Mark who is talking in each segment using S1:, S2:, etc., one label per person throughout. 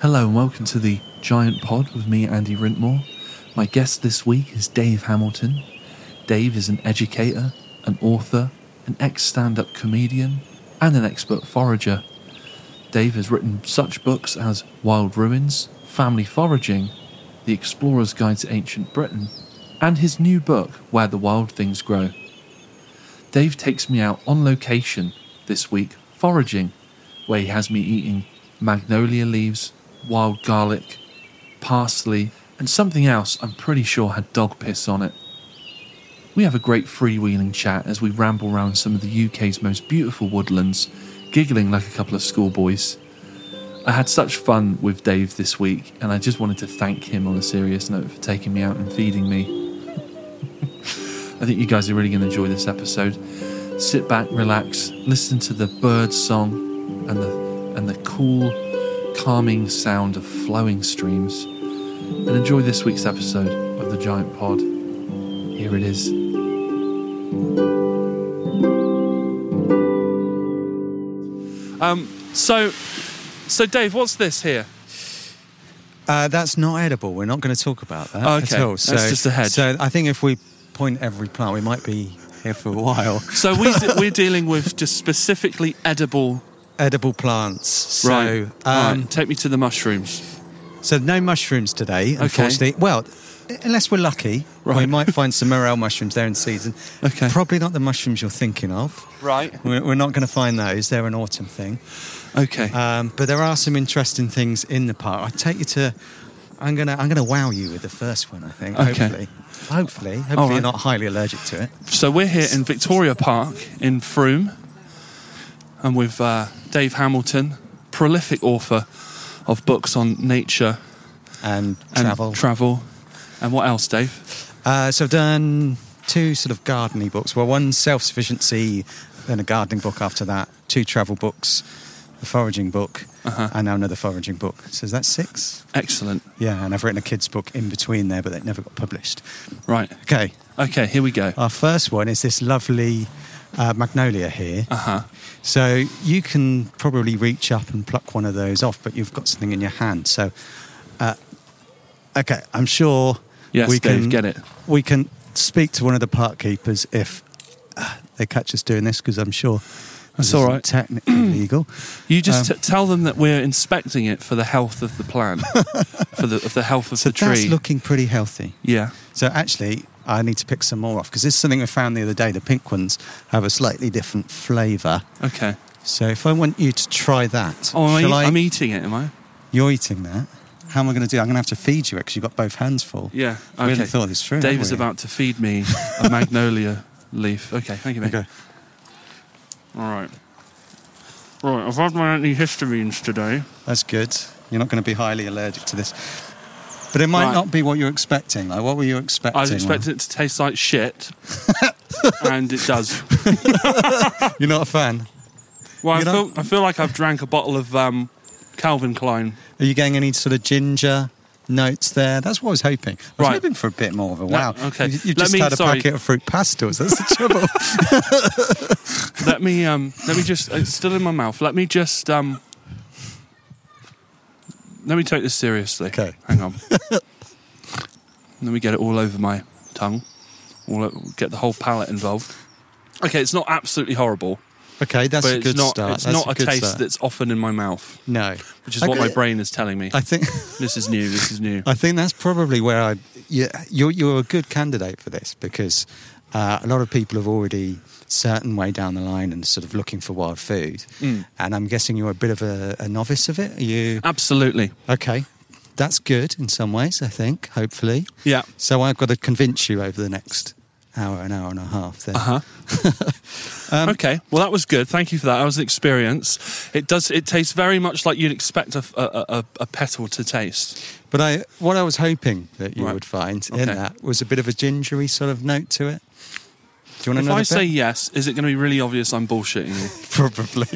S1: Hello and welcome to the Giant Pod with me, Andy Rintmore. My guest this week is Dave Hamilton. Dave is an educator, an author, an ex stand up comedian, and an expert forager. Dave has written such books as Wild Ruins, Family Foraging, The Explorer's Guide to Ancient Britain, and his new book, Where the Wild Things Grow. Dave takes me out on location this week foraging, where he has me eating magnolia leaves, wild garlic, parsley, and something else I'm pretty sure had dog piss on it. We have a great freewheeling chat as we ramble round some of the UK's most beautiful woodlands, giggling like a couple of schoolboys. I had such fun with Dave this week, and I just wanted to thank him on a serious note for taking me out and feeding me. I think you guys are really going to enjoy this episode. Sit back, relax, listen to the bird song and the and the cool, calming sound of flowing streams, and enjoy this week's episode of the Giant Pod. Here it is. Um. So, so Dave, what's this here?
S2: Uh, that's not edible. We're not going to talk about that
S1: Okay,
S2: at all.
S1: that's just a hedge.
S2: So I think if we point every plant, we might be here for a while.
S1: So we we're dealing with just specifically edible.
S2: edible plants. So,
S1: right.
S2: Um,
S1: right. Take me to the mushrooms.
S2: So no mushrooms today, unfortunately. Well, unless we're lucky, we
S1: Right.
S2: might find some morel mushrooms. They're in season.
S1: Okay.
S2: Probably not the mushrooms you're thinking of.
S1: Right.
S2: We're we're not going to find those. They're an autumn thing.
S1: Okay.
S2: Um, but there are some interesting things in the park. I take you to. I'm gonna I'm gonna wow you with the first one. I think.
S1: Okay.
S2: Hopefully. Hopefully. Hopefully
S1: right.
S2: you're not highly allergic to it.
S1: So we're here in Victoria Park in Froome, and with uh, Dave Hamilton, prolific author of books on nature
S2: And
S1: and
S2: travel.
S1: travel. And what else, Dave?
S2: uh, so I've done two sort of gardening books. Well, one self sufficiency, then a gardening book after that. Two travel books, a foraging book,
S1: Uh-huh.
S2: and now another foraging book. So is that six?
S1: Excellent.
S2: Yeah, and I've written a kids book in between there, but that never got published.
S1: Right.
S2: Okay,
S1: Okay. Here we go.
S2: our first one is this lovely uh, magnolia here.
S1: Uh huh.
S2: So you can probably reach up and pluck one of those off, but you've got something in your hand. So, uh, okay, I'm sure
S1: Yes,
S2: we
S1: Dave,
S2: can
S1: get it.
S2: We can speak to one of the park keepers if uh, they catch us doing this, because I'm sure
S1: That's
S2: this
S1: all
S2: isn't
S1: right.
S2: Technically legal.
S1: You just
S2: um,
S1: t- tell them that we're inspecting it for the health of the plant, for the of the health of
S2: So
S1: the tree.
S2: that's looking pretty healthy.
S1: yeah.
S2: So actually, I need to pick some more off because this is something I found the other day. The pink ones have a slightly different flavour.
S1: Okay.
S2: So if I want you to try that,
S1: Oh, I'm,
S2: shall
S1: e-
S2: I-
S1: I'm eating it. Am I?
S2: You're eating that. How am I going to do? I'm going to have to feed you it because you've got both hands full.
S1: Yeah.
S2: I really
S1: Okay.
S2: thought this through.
S1: Dave
S2: haven't
S1: is
S2: we?
S1: about to feed me a magnolia leaf. Okay. Thank you, mate.
S2: Okay.
S1: All right. Right, I've had my antihistamines today.
S2: That's good. You're not going to be highly allergic to this, but it might
S1: Right.
S2: not be what you're expecting. Like, what were you expecting?
S1: I was expecting it to taste like shit, and it does.
S2: You're not a fan.
S1: Well, I
S2: You
S1: feel,
S2: don't-
S1: I feel like I've drank a bottle of um, Calvin Klein.
S2: Are you getting any sort of ginger notes there? That's what I was hoping. I was
S1: Right.
S2: hoping for a bit more of a wow.
S1: okay.
S2: You, you
S1: Let
S2: just
S1: me-
S2: had a
S1: sorry.
S2: packet of fruit pastels. That's the trouble.
S1: Let me, um, let me just. It's still in my mouth. Let me just. Um, let me take this seriously.
S2: Okay.
S1: Hang on. let me get it all over my tongue. All o- get the whole palate involved. Okay, it's not absolutely horrible,
S2: okay, that's
S1: but
S2: a
S1: it's
S2: good
S1: not.
S2: start.
S1: It's
S2: That's
S1: not a,
S2: good
S1: taste
S2: start.
S1: that's often in my mouth.
S2: no,
S1: which is what my
S2: Okay.
S1: brain is telling me.
S2: I think.
S1: This is new. This is new.
S2: I think that's probably where I. You, you're, you're a good candidate for this because uh, a lot of people have already certain way down the line and sort of looking for wild food.
S1: Mm.
S2: And I'm guessing you're a bit of a, a novice of it. Are you
S1: Absolutely.
S2: okay? That's good in some ways, I think. Hopefully,
S1: Yeah.
S2: So I've got to convince you over the next hour, an hour and a half. Then
S1: Uh huh.
S2: Um,
S1: okay. Well, that was good. Thank you for that. That was an experience. It does. It tastes very much like you'd expect a a, a, a petal to taste.
S2: But I, what I was hoping that you
S1: Right.
S2: would find in
S1: Okay.
S2: that was a bit of a gingery sort of note to it. Do you want
S1: If
S2: another
S1: I
S2: bit?
S1: say yes, is it going to be really obvious I'm bullshitting you?
S2: Probably.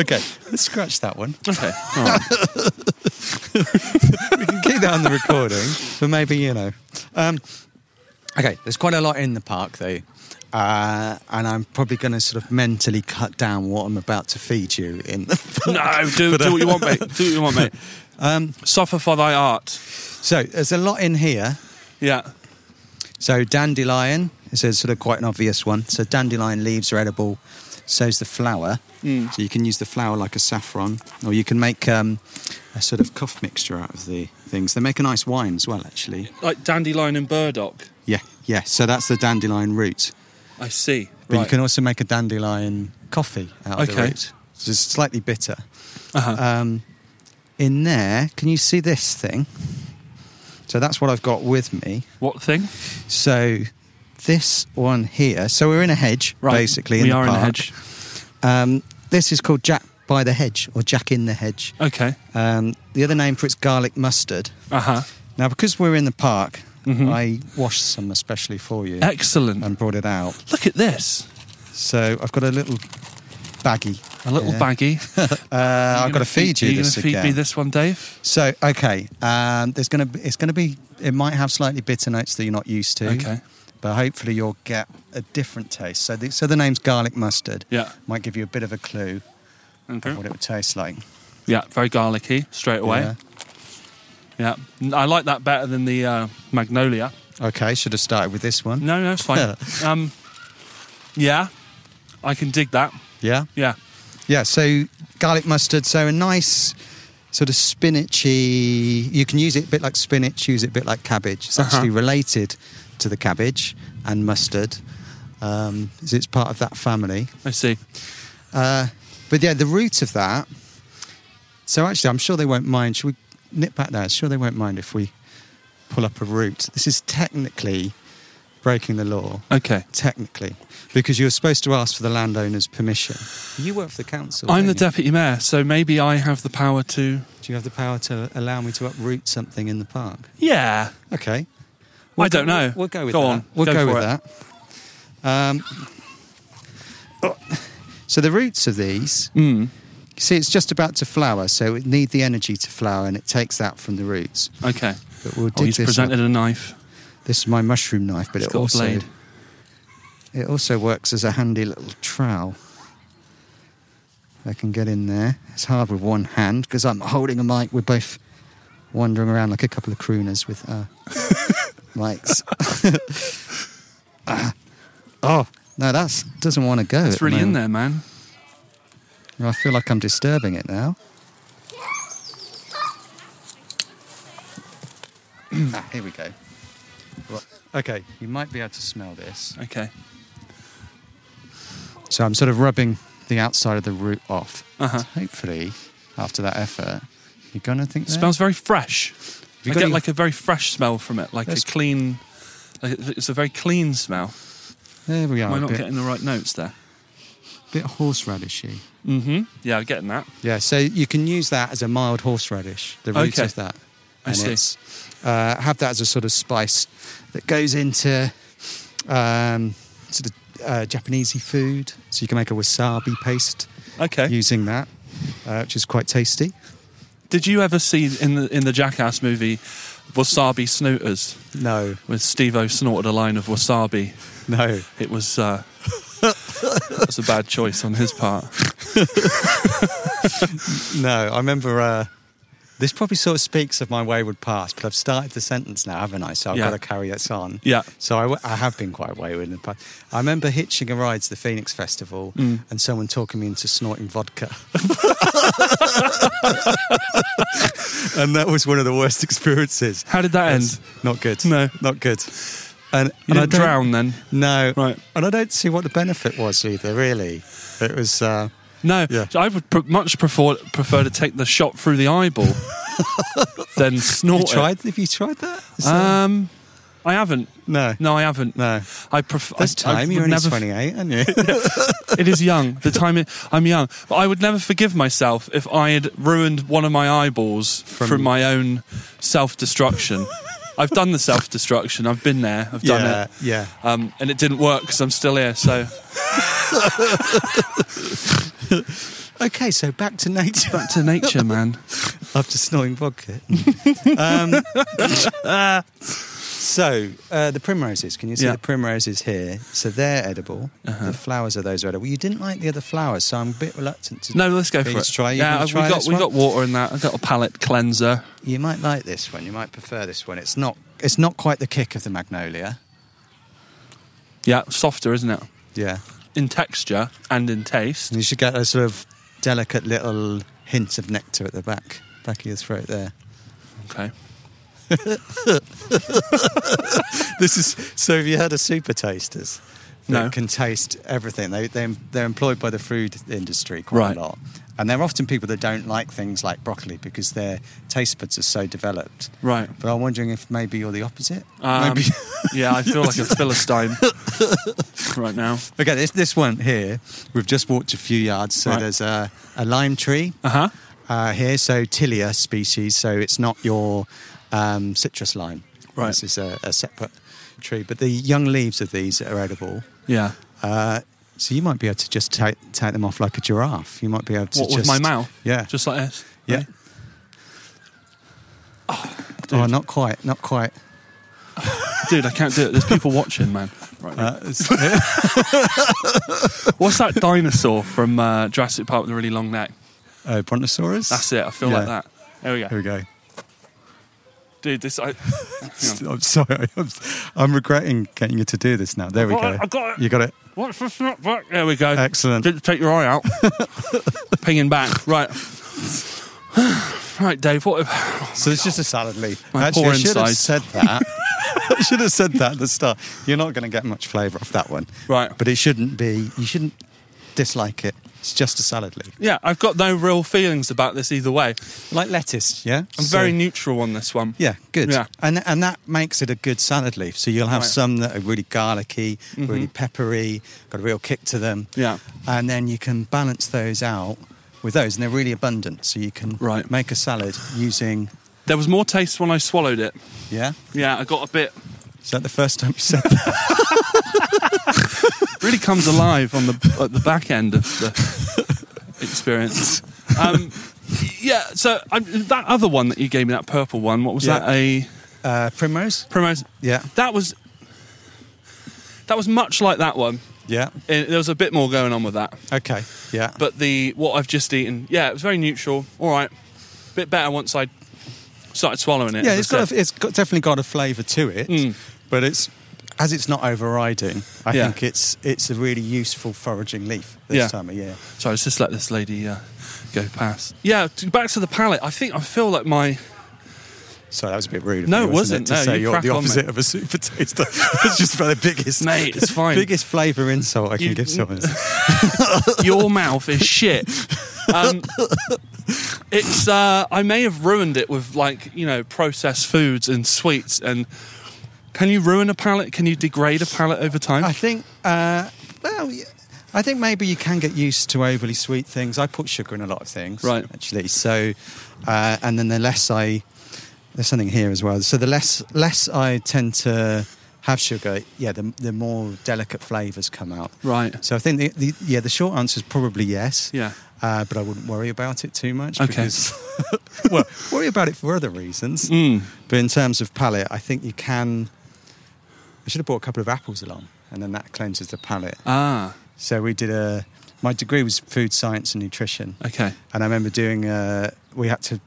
S2: okay, let's scratch that one.
S1: Okay. All right.
S2: We can keep that on the recording, but maybe, you know. Um, okay, there's quite a lot in the park, though. Uh, and I'm probably going to sort of mentally cut down what I'm about to feed you in the book.
S1: No, do, do what you want, mate. Do what you want, mate.
S2: Um,
S1: Suffer for thy art.
S2: so there's a lot in here.
S1: Yeah.
S2: So dandelion is a sort of quite an obvious one. So dandelion leaves are edible. So's the flower. So you can use the flower like a saffron, or you can make um, a sort of cough mixture out of the things. They make a nice wine as well, actually.
S1: Like dandelion and burdock.
S2: Yeah, yeah. So that's the dandelion root.
S1: I see.
S2: But
S1: right.
S2: you can also make a dandelion coffee out of the
S1: Okay.
S2: root. So it's slightly bitter.
S1: Uh-huh.
S2: Um, in there, can you see this thing? So that's what I've got with me.
S1: what thing?
S2: So this one here. So we're in a hedge,
S1: Right.
S2: basically.
S1: we
S2: in
S1: are
S2: the
S1: in a
S2: park.
S1: hedge.
S2: Um, this is called Jack by the Hedge or Jack in the Hedge.
S1: Okay.
S2: Um, the other name for it's garlic mustard.
S1: Uh huh.
S2: Now, because we're in the park,
S1: Mhm.
S2: I washed some especially for
S1: Uh,
S2: you
S1: Excellent.
S2: and brought it out.
S1: Look at this.
S2: So I've got a little baggie.
S1: A little
S2: Yeah.
S1: baggy.
S2: Uh, I've got to feed you
S1: Are you
S2: this
S1: gonna feed
S2: again.
S1: me this one, Dave?
S2: So okay, um, there's gonna be, it's gonna be it might have slightly bitter notes that you're not used to.
S1: Okay.
S2: But hopefully you'll get a different taste. So the, so the name's garlic mustard.
S1: Yeah.
S2: Might give you a bit of a clue
S1: Okay.
S2: of what it would taste like.
S1: Yeah, very garlicky straight away. Yeah. N- I like that better than the uh, magnolia.
S2: Yeah. Okay. Should have started with this one.
S1: No, no, it's fine. um, yeah, I can dig that.
S2: Yeah.
S1: Yeah.
S2: Yeah. So garlic mustard. So a nice sort of spinachy. You can use it a bit like spinach. Use it a bit like cabbage. It's actually
S1: Uh-huh.
S2: related to the cabbage and mustard. Um, so it's part of that family.
S1: I see.
S2: Uh, but yeah, the root of that. So actually, I'm sure they won't mind. Should we nip back there? I'm sure they won't mind if we pull up a root. This is technically breaking the law.
S1: Okay.
S2: Technically, because you're supposed to ask for the landowner's permission. You work for the council.
S1: I'm the
S2: don't you?
S1: deputy mayor, so maybe I have the power to.
S2: Do you have the power to allow me to uproot something in the park?
S1: Yeah.
S2: Okay.
S1: I don't
S2: go-
S1: know.
S2: We'll, we'll go with
S1: Go
S2: that.
S1: on.
S2: We'll
S1: Go
S2: go,
S1: for it.
S2: with that. Um, oh, so the roots of these,
S1: Mm.
S2: you see, it's just about to flower, so it need the energy to flower, and it takes that from the roots.
S1: Okay.
S2: But we'll
S1: Oh,
S2: dig
S1: he's
S2: this. up.
S1: presented a knife.
S2: This is my mushroom knife, but
S1: It's
S2: it
S1: got a
S2: also
S1: blade.
S2: it also works as a handy little trowel. I can get in there. It's hard with one hand because I'm holding a mic. We're both wandering around like a couple of crooners with uh, mics. Ah. oh no, that's doesn't want to go.
S1: It's really in there, man.
S2: there. I feel like I'm disturbing it now. ah, here we go. Right. Okay, you might be able to smell this.
S1: Okay.
S2: So I'm sort of rubbing the outside of the root off.
S1: Uh-huh.
S2: Hopefully, after that effort, you're gonna think.
S1: It
S2: there-
S1: smells very fresh.
S2: you
S1: I
S2: got
S1: get
S2: any-
S1: like a very fresh smell from it, like
S2: That's-
S1: a clean. Like it's it's a very clean smell.
S2: There we
S1: Am I
S2: are. A
S1: not
S2: bit,
S1: getting the right notes there?
S2: bit horseradishy.
S1: Mm-hmm. Yeah, I'm getting that.
S2: Yeah. So you can use that as a mild horseradish. The root
S1: Okay.
S2: of that.
S1: I see.
S2: It's, uh, have that as a sort of spice that goes into um, sort of uh, Japanesey food. So you can make a wasabi paste
S1: Okay.
S2: using that, uh, which is quite tasty.
S1: Did you ever see in the in the Jackass movie wasabi snooters?
S2: No,
S1: When Steve-O snorted a line of wasabi,
S2: no.
S1: it was uh, it was a bad choice on his part.
S2: No, I remember. Uh, this probably sort of speaks of my wayward past, but I've started the sentence now, haven't I? So I've
S1: Yeah.
S2: got to carry this on.
S1: Yeah.
S2: So I, w- I have been quite wayward in the past. I remember hitching a ride to the Phoenix Festival
S1: Mm.
S2: and someone talking me into snorting vodka. and that was one of the worst experiences.
S1: How did that end?
S2: Not good.
S1: No.
S2: Not good. And,
S1: You
S2: and I
S1: didn't
S2: don't-
S1: drown then.
S2: No.
S1: Right.
S2: And I don't see what the benefit was either, really. It was. Uh,
S1: No,
S2: Yeah.
S1: I would pr- much prefer prefer to take the shot through the eyeball than snort.
S2: you
S1: it.
S2: tried? Have you tried that? Is that-
S1: Um, I haven't.
S2: no.
S1: No, I haven't.
S2: No.
S1: I prefer.
S2: This
S1: I, I
S2: time
S1: would
S2: you're only
S1: never f-
S2: 28, aren't you?
S1: It is young. The time it, I'm young, but I would never forgive myself if I had ruined one of my eyeballs from, my own self-destruction. I've done the self-destruction. I've been there. I've done
S2: yeah,
S1: it.
S2: yeah.
S1: Um, and it didn't work because I'm still here. So
S2: Okay, so back to nature
S1: back to nature, man.
S2: after snorting vodka. um, So uh, the primroses. Can you see
S1: Yeah. Uh-huh.
S2: the primroses here? So they're edible. The flowers of those are edible. You didn't like the other flowers, so I'm a bit reluctant to.
S1: No, let's go
S2: You
S1: for
S2: need
S1: it.
S2: to try- you
S1: yeah, uh,
S2: need to
S1: we
S2: try
S1: got
S2: this
S1: we
S2: one?
S1: got water in that. I got a palate cleanser.
S2: You might like this one. You might prefer this one. It's not. It's not quite the kick of the magnolia.
S1: Yeah, softer, isn't it?
S2: Yeah.
S1: In texture and in taste.
S2: You should get a sort of delicate little hint of nectar at the back, back of your throat there.
S1: Okay.
S2: This is so. Have you heard of super tasters? That
S1: No.
S2: can taste everything. They they they're employed by the food industry quite
S1: Right.
S2: a lot, and they're often people that don't like things like broccoli because their taste buds are so developed.
S1: Right.
S2: But I'm wondering if maybe you're the opposite.
S1: Um,
S2: maybe.
S1: yeah, I feel like a philistine right now.
S2: okay, this this one here. We've just walked a few yards, so
S1: Right.
S2: there's a, a lime tree.
S1: Uh huh.
S2: uh, here. So Tilia species. So it's not your um, citrus lime.
S1: Right.
S2: This is a, a separate tree. But the young leaves of these are edible.
S1: Yeah.
S2: Uh, so you might be able to just take, take them off like a giraffe. You might be able to
S1: What
S2: just
S1: with my mouth?
S2: Yeah.
S1: Just like this.
S2: yeah.
S1: Right?
S2: Oh,
S1: dude.
S2: not quite. Not quite.
S1: Dude, I can't do it. There's people watching, man. Right.
S2: Uh,
S1: now. What's that dinosaur from uh, Jurassic Park with the really long neck?
S2: uh, Brontosaurus.
S1: That's it. I feel like
S2: Yeah.
S1: that. There we go.
S2: Here we go.
S1: Dude, this. I, hang on.
S2: I'm sorry. I'm, I'm regretting getting you to do this now. There we
S1: got
S2: go.
S1: it, I got it.
S2: You got it.
S1: What's this not back? There we go.
S2: Excellent.
S1: Didn't take your eye out. Pinging back. Right. right, Dave. What?
S2: So it's just a salad leaf.
S1: My
S2: Actually,
S1: poor
S2: I should have
S1: insides.
S2: said that. I should have said that at the start. You're not going to get much flavour off that one.
S1: Right.
S2: But it shouldn't be, you shouldn't dislike it. It's just a salad leaf.
S1: Yeah, I've got no real feelings about this either way.
S2: Like lettuce, yeah?
S1: I'm
S2: So-
S1: very neutral on this one.
S2: Yeah, good.
S1: Yeah.
S2: And, and that makes it a good salad leaf. So you'll have
S1: Right. Mm-hmm.
S2: some that are really garlicky, really peppery, got a real kick to them.
S1: Yeah.
S2: And then you can balance those out with those. And they're really abundant. So you can
S1: Right.
S2: make a salad using,
S1: There was more taste when I swallowed it.
S2: yeah?
S1: Yeah, I got a bit.
S2: Is that the first time you said that?
S1: Really comes alive on the at the back end of the experience. Um, yeah, so um, that other one that you gave me, that purple one, what was
S2: Yeah.
S1: that? A
S2: Uh, primrose?
S1: promote?
S2: Yeah.
S1: That was that was much like that one.
S2: Yeah.
S1: It, there was a bit more going on with that,
S2: Okay. Yeah.
S1: but the what I've just eaten, yeah, it was very neutral. All right, bit better once I started swallowing it.
S2: yeah,
S1: as I
S2: it's got
S1: said.
S2: a, it's got, definitely got a flavour to it, but it's as it's not overriding. I
S1: Yeah.
S2: think it's it's a really useful foraging leaf this
S1: Yeah.
S2: time of year.
S1: So I was just let this lady uh, go past. Yeah, t- back to the palate. I think I feel like my
S2: So that was a bit rude. Of
S1: No,
S2: you,
S1: it
S2: wasn't
S1: wasn't.
S2: it, to
S1: No,
S2: say
S1: you
S2: are
S1: crack
S2: the
S1: on,
S2: opposite
S1: mate.
S2: of a super taster. That's just about the biggest
S1: Mate, it's fine.
S2: biggest flavour insult I can
S1: You-
S2: give someone.
S1: your mouth is shit. Um, it's uh, I may have ruined it with like you know processed foods and sweets and. Can you ruin a palate? Can you degrade a palate over time?
S2: I think. Uh, well, y- I think maybe you can get used to overly sweet things. I put sugar in a lot of things,
S1: Right.
S2: Actually, so uh, and then the less I, there's something here as well. So the less less I tend to have sugar, yeah, the, the more delicate flavours come out.
S1: Right.
S2: So I think the, the yeah the short answer is probably yes.
S1: Yeah.
S2: Uh, but I wouldn't worry about it too much.
S1: Okay.
S2: Because, well, worry about it for other reasons.
S1: Mm.
S2: But in terms of palate, I think you can. I should have brought a couple of apples along, and then that cleanses the palate.
S1: Ah,
S2: So we did a. My degree was food science and nutrition,
S1: okay.
S2: and I remember doing. A, we had to.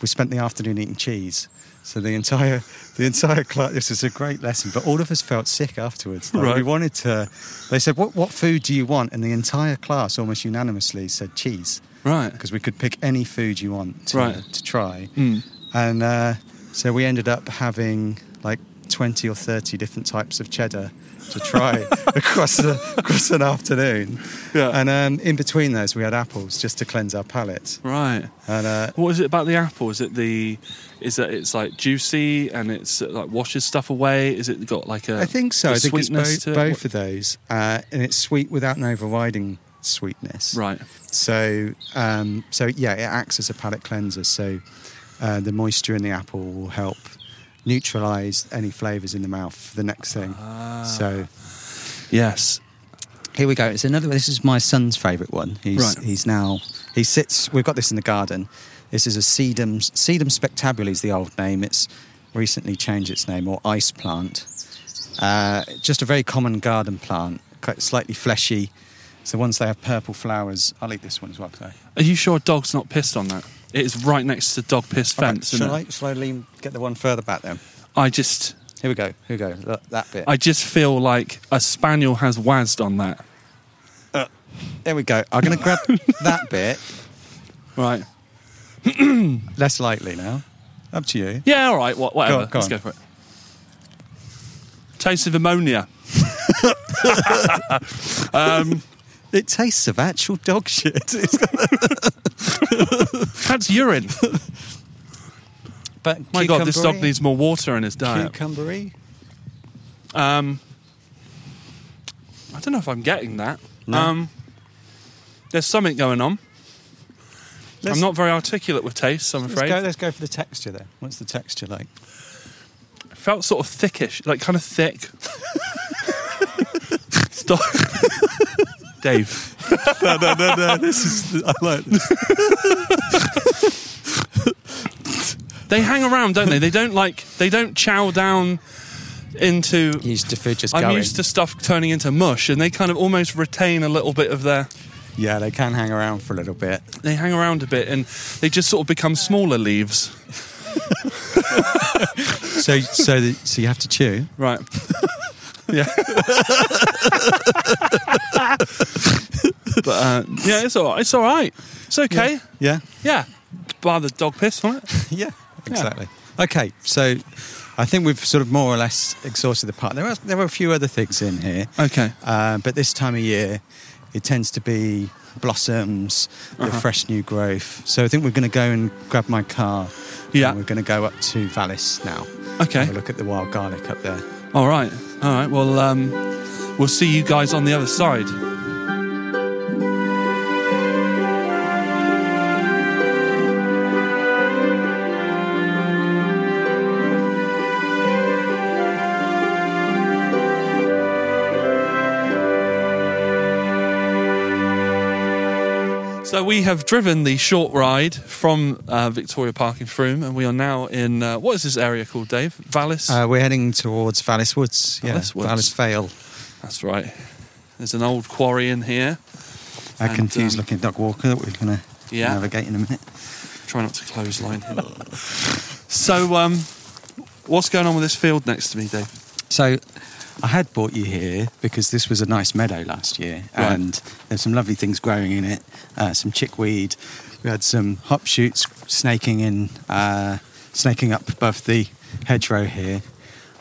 S2: We spent the afternoon eating cheese. So the entire the entire class. This was a great lesson, but all of us felt sick afterwards. Like, We
S1: Right.
S2: wanted to. They said, "What what food do you want?" And the entire class almost unanimously said cheese
S1: Right.
S2: because we could pick any food you want to,
S1: Right.
S2: to try.
S1: Mm.
S2: And uh, so we ended up having like 20 or 30 different types of cheddar to try across, the, across an afternoon.
S1: Yeah.
S2: And um, in between those, we had apples just to cleanse our palate.
S1: Right.
S2: And uh,
S1: What is it about the apple? Is it the is that it's like juicy and it's uh, like washes stuff away? Is it got like a
S2: I think so.
S1: a
S2: I think it's
S1: sweetness
S2: both,
S1: to it?
S2: both of those. Uh, and it's sweet without an overriding sweetness.
S1: Right.
S2: So, um, so yeah, it acts as a palate cleanser. So, uh, the moisture in the apple will help neutralize any flavors in the mouth for the next thing.
S1: Ah.
S2: So,
S1: Yes.
S2: here we go. It's another. This is my son's favorite one. He's
S1: Right.
S2: he's now he sits. We've got this in the garden. This is a sedum. Sedum spectabile is the old name. It's recently changed its name, or ice plant. Uh, just a very common garden plant, quite slightly fleshy. So once they have purple flowers, I'll eat this one as well. Today.
S1: Are you sure a dog's not pissed on that? It is right next to dog piss fence.
S2: shall,
S1: isn't
S2: I, shall I lean, get the one further back then?
S1: it? I just,
S2: Here we go. Here we go. Look, that bit.
S1: I just feel like a spaniel has wazzed on that.
S2: there we go. I'm going to grab that bit
S1: Right.
S2: less lightly now. Up to you.
S1: Yeah, all right, wha- whatever.
S2: Go on, go
S1: Let's go
S2: on.
S1: for it. Taste of ammonia.
S2: It tastes of actual dog shit. It's got-
S1: That's urine.
S2: but
S1: My God, this dog
S2: cucumbery-
S1: needs more water in his diet.
S2: cucumbery.
S1: Um, I don't know if I'm getting that.
S2: No.
S1: Um, there's something going on.
S2: Let's-
S1: I'm not very articulate with tastes, I'm
S2: Let's go,
S1: afraid.
S2: let's go for the texture then. What's the texture like?
S1: Felt sort of thickish, like kind of thick. Stop. Dave.
S2: No, no, no, no. This is. I like this.
S1: They hang around, don't they? They don't like, they don't chow down into.
S2: Used to food just
S1: I'm
S2: going.
S1: used to stuff turning into mush, and they kind of almost retain a little bit of their.
S2: Yeah, they can hang around for a little bit.
S1: They hang around a bit, and they just sort of become smaller leaves.
S2: So, so, the, so you have to chew.
S1: Right. yeah. but uh, yeah, it's all right. It's all right. It's okay. Yeah.
S2: Yeah,
S1: Bar the dog piss on it.
S2: yeah, exactly. Okay, so I think we've sort of more or less exhausted the part. There are there are a few other things in here,
S1: Okay.
S2: uh, but this time of year, it tends to be blossoms, the
S1: Uh-huh.
S2: fresh new growth. So I think we're going to go and grab my car.
S1: Yeah.
S2: and we're going to go up to Vallis now.
S1: Okay.
S2: Have a look at the wild garlic up there.
S1: All right. All right. Well, um, we'll see you guys on the other side. So we have driven the short ride from uh, Victoria Park in Froome, and we are now in uh, what is this area called, Dave? Vallis.
S2: Uh, we're heading towards Vallis Woods. Yeah,
S1: Vallis Woods.
S2: Vallis Vale.
S1: That's right. There's an old quarry in here.
S2: A
S1: And,
S2: confused
S1: um,
S2: looking dog walker that we're going to
S1: Yeah.
S2: navigate in a minute.
S1: Try not to close line him. so, um, what's going on with this field next to me, Dave?
S2: So I had brought you here because this was a nice meadow last year
S1: Right.
S2: and there's some lovely things growing in it, uh, some chickweed. We had some hop shoots snaking in, uh, snaking up above the hedgerow here.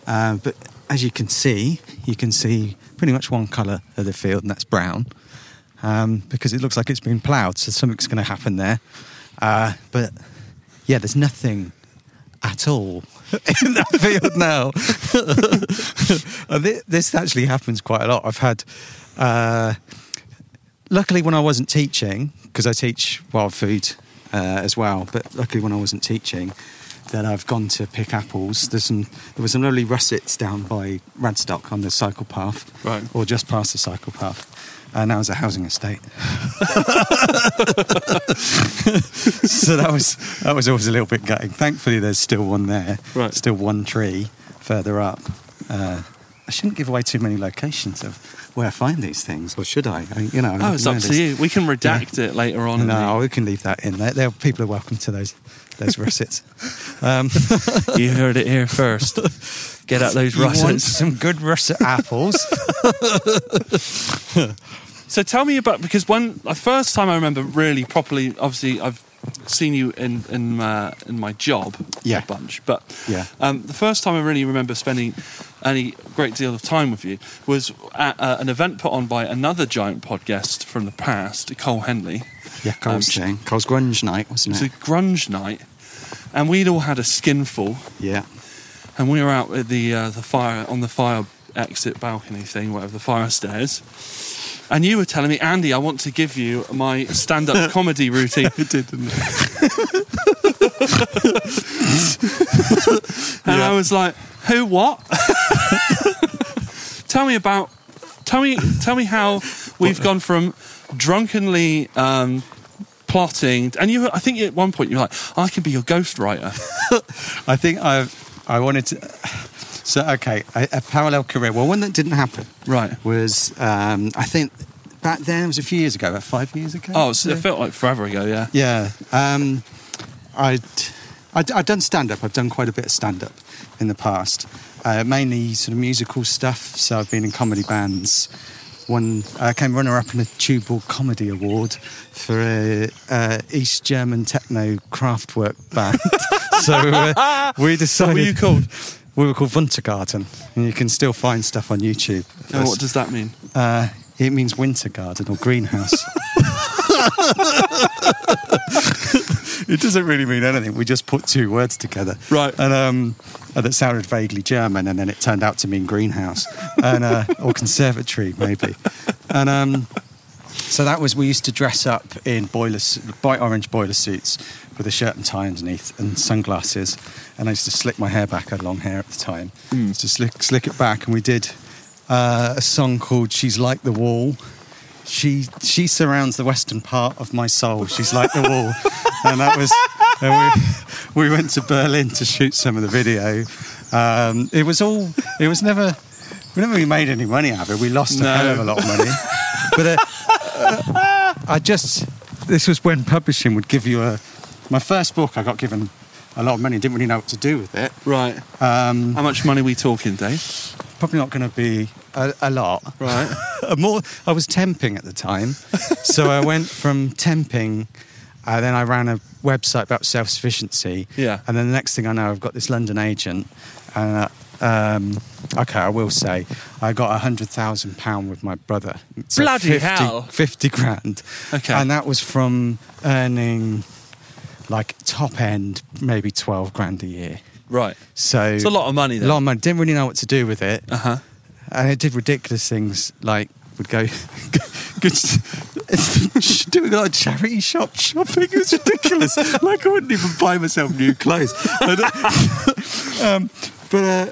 S2: Uh, but as you can see, you can see pretty much one colour of the field and that's brown um, because it looks like it's been ploughed. So something's going to happen there. Uh, but yeah, there's nothing at all in that field now. And thi- this actually happens quite a lot. I've had, uh, luckily, when I wasn't teaching, because I teach wild food uh, as well, but luckily, when I wasn't teaching, then I've gone to pick apples. There's some, there was some lovely russets down by Radstock on the cycle path,
S1: Right.
S2: or just past the cycle path. And now it's a housing estate. so that was that was always a little bit gutting. Thankfully, there's still one there,
S1: Right.
S2: still one tree further up. Uh, I shouldn't give away too many locations of where I find these things, or should I? I you know,
S1: Oh, it's up to you. We can redact
S2: Yeah.
S1: it later on. in
S2: No, we can leave that in there. There- people are welcome to those those russets. Um,
S1: the- you heard it here first. Get out those
S2: you want
S1: russets.
S2: some good russet apples?
S1: So tell me about because when the first time I remember really properly, obviously I've seen you in in my, in my job
S2: Yeah.
S1: a bunch, but
S2: Yeah.
S1: um, the first time I really remember spending any great deal of time with you was at uh, an event put on by another giant podcast from the past, Cole Henley.
S2: yeah, Cole's
S1: Um,
S2: thing. Cole's grunge night,
S1: It was
S2: wasn't
S1: a
S2: it?
S1: grunge night, and we'd all had a skinful,
S2: yeah,
S1: and we were out at the uh, the fire on the fire exit balcony thing, whatever the fire stairs. And you were telling me, Andy, I want to give you my stand-up comedy routine.
S2: it did. Didn't it?
S1: And
S2: Yeah.
S1: I was like, "Who? What? tell me about. Tell me. Tell me how we've gone from drunkenly um, plotting. And you, were- I think at one point you were like, "I can be your ghostwriter."
S2: I think I've I wanted to. So okay, a, a parallel career. Well, one that didn't happen.
S1: Right.
S2: Was um, I think back then it was a few years ago, about five years ago.
S1: Oh, so it felt like forever ago, yeah.
S2: Yeah. Um, I'd, I'd, I'd done stand up. I've done quite a bit of stand up in the past, uh, mainly sort of musical stuff. So I've been in comedy bands. One, I came runner up in a Tube Ball Comedy Award for a, uh East German techno craftwork band. so uh, we decided.
S1: What were you called?
S2: We were called Wintergarten, and you can still find stuff on YouTube.
S1: And what does that mean?
S2: Uh, it means winter garden or greenhouse. it doesn't really mean anything. We just put two words together,
S1: Right.
S2: And um, and that sounded vaguely German, and then it turned out to mean greenhouse and uh, or conservatory maybe. And um, so that was we used to dress up in boiler su- bright orange boiler suits with a shirt and tie underneath and sunglasses, and I used to slick my hair back. I had long hair at the time, used to slick slick it back, and we did uh, a song called "She's Like the Wall." She she surrounds the western part of my soul. She's like the wall, and that was. And we we went to Berlin to shoot some of the video. Um, it was all. It was never. We never really made any money out of it. We lost a
S1: No.
S2: hell of a lot of money, but. Uh, I just this was when publishing would give you a my first book I got given a lot of money didn't really know what to do with it
S1: Right.
S2: um,
S1: How much money we talking, Dave?
S2: probably not going to be a, a lot
S1: Right.
S2: a more I was temping at the time so I went from temping uh, then I ran a website about self-sufficiency
S1: Yeah.
S2: and then the next thing I know I've got this London agent and uh, um, okay I will say I got a hundred thousand pound with my brother So
S1: Bloody hell.
S2: 50 grand.
S1: Okay.
S2: And that was from earning like top end, maybe 12 grand a year.
S1: Right.
S2: So
S1: It's a lot of money,
S2: A
S1: then.
S2: lot of money. Didn't really know what to do with it.
S1: Uh huh.
S2: And it did ridiculous things like would go. Good, doing like charity shop shopping It was ridiculous. like I wouldn't even buy myself new clothes. And, uh, um, but uh,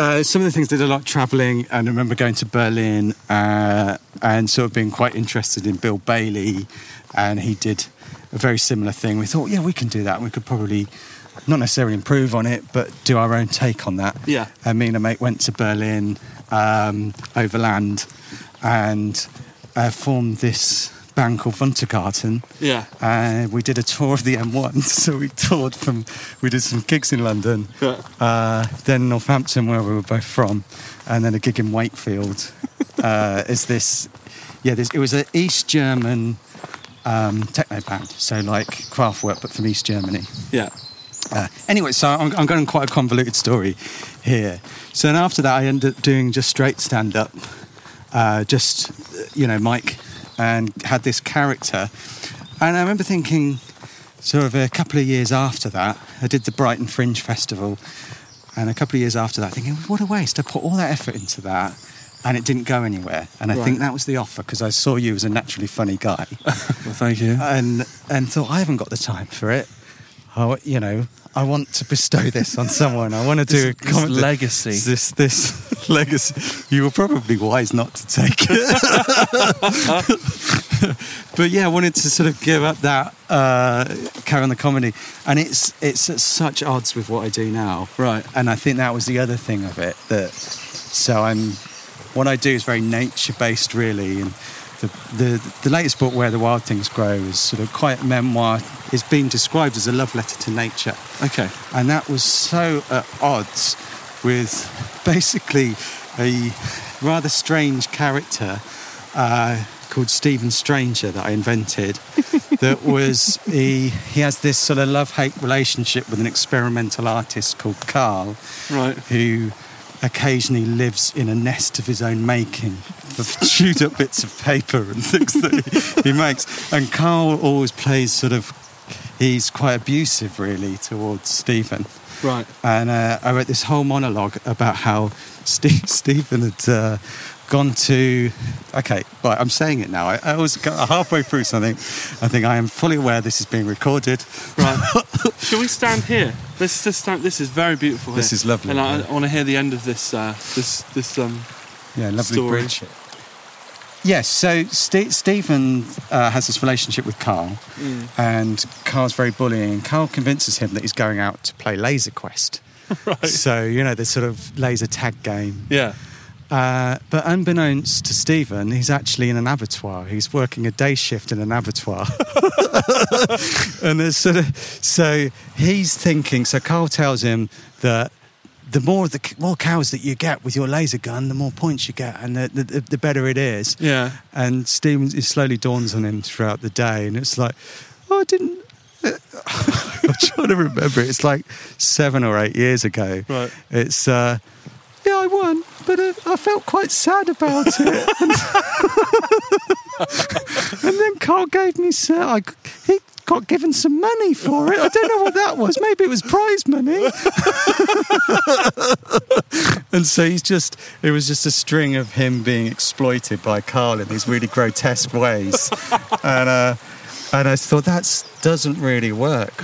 S2: uh, some of the things they did a lot traveling, and I remember going to Berlin uh, and sort of being quite interested in Bill Bailey, and he did a very similar thing. We thought, yeah, we can do that. We could probably not necessarily improve on it, but do our own take on that.
S1: Yeah.
S2: And me and a mate went to Berlin um, overland and uh, formed this band called Wundergarten.
S1: Yeah.
S2: Uh, we did a tour of the M1, so we toured from, we did some gigs in London,
S1: Yeah.
S2: uh, then Northampton, where we were both from, and then a gig in Wakefield. uh, is this, yeah, this, it was an East German um, techno band, so like Kraftwerk, but from East Germany.
S1: Yeah.
S2: Uh, anyway, so I'm, I'm going on quite a convoluted story here. So then after that, I ended up doing just straight stand up, uh, just, you know, Mike, and had this character. And I remember thinking, sort of a couple of years after that, I did the Brighton Fringe Festival. And a couple of years after that, thinking, what a waste. I put all that effort into that and it didn't go anywhere. And I
S1: Right.
S2: think that was the offer because I saw you as a naturally funny guy
S1: Well, thank you.
S2: and and thought I haven't got the time for it. I, wa- you know, I want to bestow this on someone. I want to do
S1: This-
S2: a
S1: this
S2: comment-
S1: legacy.
S2: This this legacy. You were probably wise not to take it. but yeah, I wanted to sort of give up that uh, carry on the comedy, and it's it's at such odds with what I do now.
S1: Right.
S2: And I think that was the other thing of it that so I'm what I do is very nature based really and the, the the latest book where the wild things grow is sort of quite a memoir is being described as a love letter to nature
S1: Okay.
S2: and that was so at odds with basically a rather strange character uh, called Stephen Stranger that I invented. that was he he has this sort of love hate relationship with an experimental artist called Carl,
S1: Right.
S2: who occasionally lives in a nest of his own making of chewed up bits of paper and things that he, he makes. And Carl always plays sort of, he's quite abusive really towards Stephen.
S1: Right.
S2: And uh, I wrote this whole monologue about how Steve, Stephen had uh, gone to. Okay, right, I'm saying it now. I, I was halfway through something. I think I am fully aware this is being recorded.
S1: Right. Shall we stand here? Let's just stand. This is very beautiful.
S2: This
S1: here.
S2: is lovely,
S1: And I,
S2: yeah.
S1: I want to hear the end of this. Uh, this. This. Um.
S2: Yeah, lovely
S1: Story.
S2: bridge. Yes, so Ste Stephen uh, has this relationship with Carl, and Carl's very bullying. Carl convinces him that he's going out to play Laser Quest.
S1: right.
S2: So, you know, the sort of laser tag game.
S1: Yeah.
S2: Uh, but unbeknownst to Stephen, he's actually in an abattoir. He's working a day shift in an abattoir. and there's sort of, so he's thinking, so Carl tells him that the more, the c- more cows that you get with your laser gun, the more points you get, and the, the, the better it is.
S1: Yeah.
S2: And Stephen, it slowly dawns on him throughout the day, and it's like, oh, I didn't. I'm trying to remember. It's like seven or eight years ago.
S1: Right.
S2: It's uh, yeah, I won, but uh, I felt quite sad about it. and, and then Carl gave me so I he got given some money for it. I don't know what that was. Maybe it was prize money. And so he's just, it was just a string of him being exploited by Carl in these really grotesque ways. and, uh, and I thought, that doesn't really work